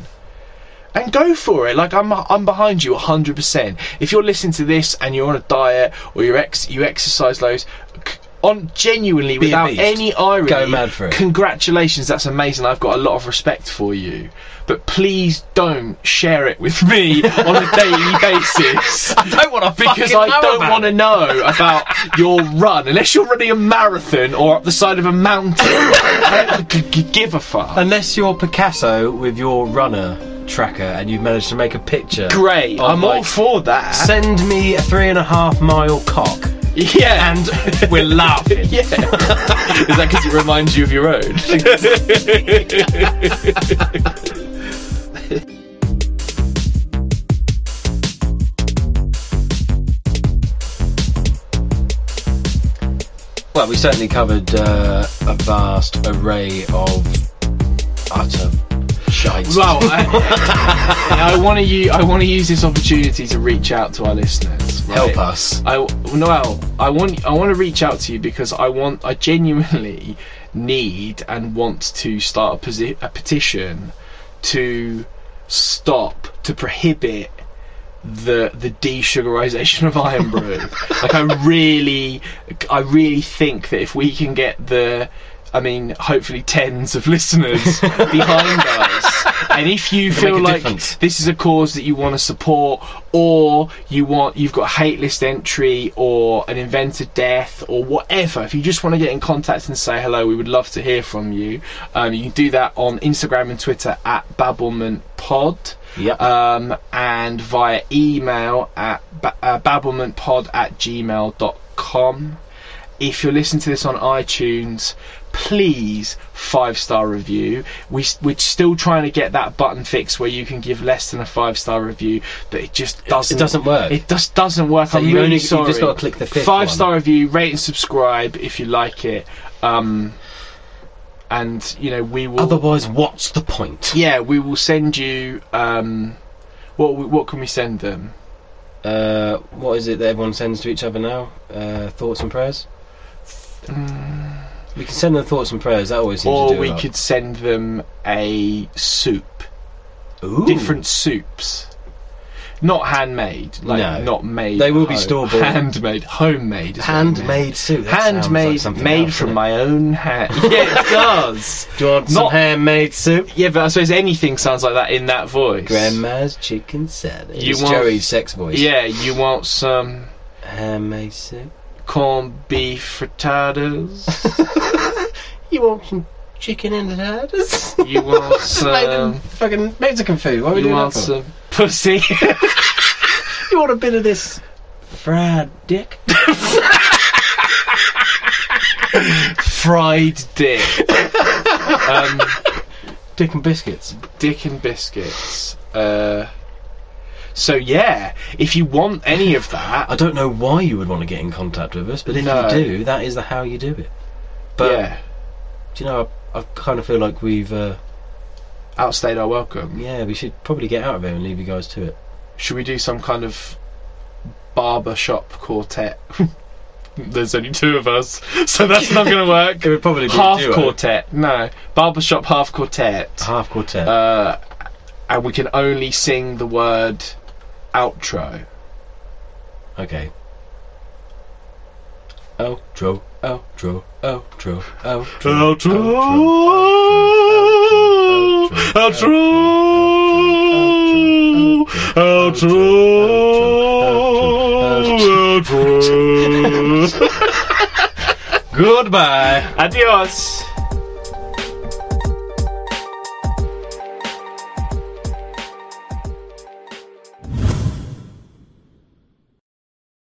Speaker 2: and go for it. Like I'm, I'm behind you 100. percent If you're listening to this and you're on a diet or you ex, you exercise loads, c- on genuinely
Speaker 4: Be a
Speaker 2: without
Speaker 4: beast.
Speaker 2: any irony,
Speaker 4: Go mad for it.
Speaker 2: Congratulations, that's amazing. I've got a lot of respect for you, but please don't share it with me on a daily basis
Speaker 4: Don't want to
Speaker 2: because I don't want to know about your run unless you're running a marathon or up the side of a mountain. I don't g- g- give a fuck.
Speaker 4: Unless you're Picasso with your runner tracker and you've managed to make a picture.
Speaker 2: Great,
Speaker 4: of,
Speaker 2: I'm all
Speaker 4: like,
Speaker 2: for that.
Speaker 4: Oh Send me a three and a half mile cock.
Speaker 2: yeah, and
Speaker 4: We're laughing.
Speaker 2: yeah, is that because it reminds you of your own?
Speaker 4: Well, we certainly covered uh, a vast array of utter shite.
Speaker 2: Well, I, I want to u- I want to use this opportunity to reach out to our listeners. Right?
Speaker 4: Help us.
Speaker 2: I Noel, I want I want to reach out to you because I want I genuinely need and want to start a, posi- a petition to stop to prohibit the the desugarization of iron brew. like I really I really think that if we can get the I mean hopefully tens of listeners behind us and if you feel
Speaker 4: a
Speaker 2: like
Speaker 4: difference.
Speaker 2: this is a cause that you want to support or you want you've got a hate list entry or an inventor death or whatever if you just want to get in contact and say hello we would love to hear from you um, you can do that on Instagram and Twitter at babblement pod
Speaker 4: Yep.
Speaker 2: um, and via email at ba- uh, babblementpod at gmail.com. If you're listening to this on iTunes, please five star review. We, s- we're still trying to get that button fixed where you can give less than a five star review, but it just doesn't.
Speaker 4: it doesn't work.
Speaker 2: It just doesn't work. I'm
Speaker 4: you
Speaker 2: really
Speaker 4: only- you've
Speaker 2: sorry.
Speaker 4: just gotta click the fifth
Speaker 2: five
Speaker 4: one.
Speaker 2: star review, rate and subscribe if you like it. Um, and you know we will.
Speaker 6: Otherwise, what's the point?
Speaker 2: yeah, we will send you. Um, what what can we send them?
Speaker 1: Uh, what is it that everyone sends to each other now? Uh, thoughts and prayers. We can send them thoughts and prayers. That always seems to
Speaker 2: Or
Speaker 1: Mm. do a
Speaker 2: we
Speaker 1: lot.
Speaker 2: could send them a soup,
Speaker 1: Ooh.
Speaker 2: different soups, not handmade, like
Speaker 1: No.
Speaker 2: not made.
Speaker 1: They will
Speaker 2: at
Speaker 1: be
Speaker 2: home.
Speaker 1: store-bought.
Speaker 2: handmade, homemade, is what I meant.
Speaker 1: handmade soup. That sounds like
Speaker 2: handmade,
Speaker 1: something
Speaker 2: made
Speaker 1: else,
Speaker 2: from
Speaker 1: doesn't
Speaker 2: my own hand. yeah, it does.
Speaker 1: it? Do you want some
Speaker 2: not-
Speaker 1: handmade soup?
Speaker 2: Yeah, but I suppose anything sounds like that in that voice.
Speaker 1: Grandma's chicken salad.
Speaker 2: You
Speaker 1: it's
Speaker 2: want-
Speaker 1: Joey's sex voice.
Speaker 2: Yeah, you want some
Speaker 1: Handmade soup.
Speaker 2: corned beef frittatas.
Speaker 1: You want some chicken and taters?
Speaker 2: You want
Speaker 1: Made in
Speaker 2: some.
Speaker 1: fucking Mexican food. What are we
Speaker 2: Um, you
Speaker 1: doing
Speaker 2: want
Speaker 1: that for?
Speaker 2: some pussy.
Speaker 1: You want a bit of this fried dick?
Speaker 2: fried dick, um,
Speaker 1: Dick and biscuits.
Speaker 2: dick and biscuits. Uh, so yeah, if you want any of that,
Speaker 1: I don't know why you would want to get in contact with us, but if
Speaker 2: No.
Speaker 1: you do, that is the how you do it. But
Speaker 2: yeah,
Speaker 1: do you know, I, I kind of feel like we've, uh,
Speaker 2: outstayed our welcome.
Speaker 1: yeah, we should probably get out of here and leave you guys to it.
Speaker 2: Should we do some kind of barber shop quartet? There's only two of us, so that's not going to work.
Speaker 1: It would probably be
Speaker 2: half
Speaker 1: a duo.
Speaker 2: quartet, no, barber shop half quartet.
Speaker 1: half quartet.
Speaker 2: Uh, and we can only sing the word outro.
Speaker 1: okay.
Speaker 2: Oh.
Speaker 1: draw,
Speaker 2: Oh.
Speaker 1: draw,
Speaker 2: Oh.
Speaker 1: draw, oh,
Speaker 7: Outro. Outro. Outro. Outro.
Speaker 1: Goodbye.
Speaker 2: Adios.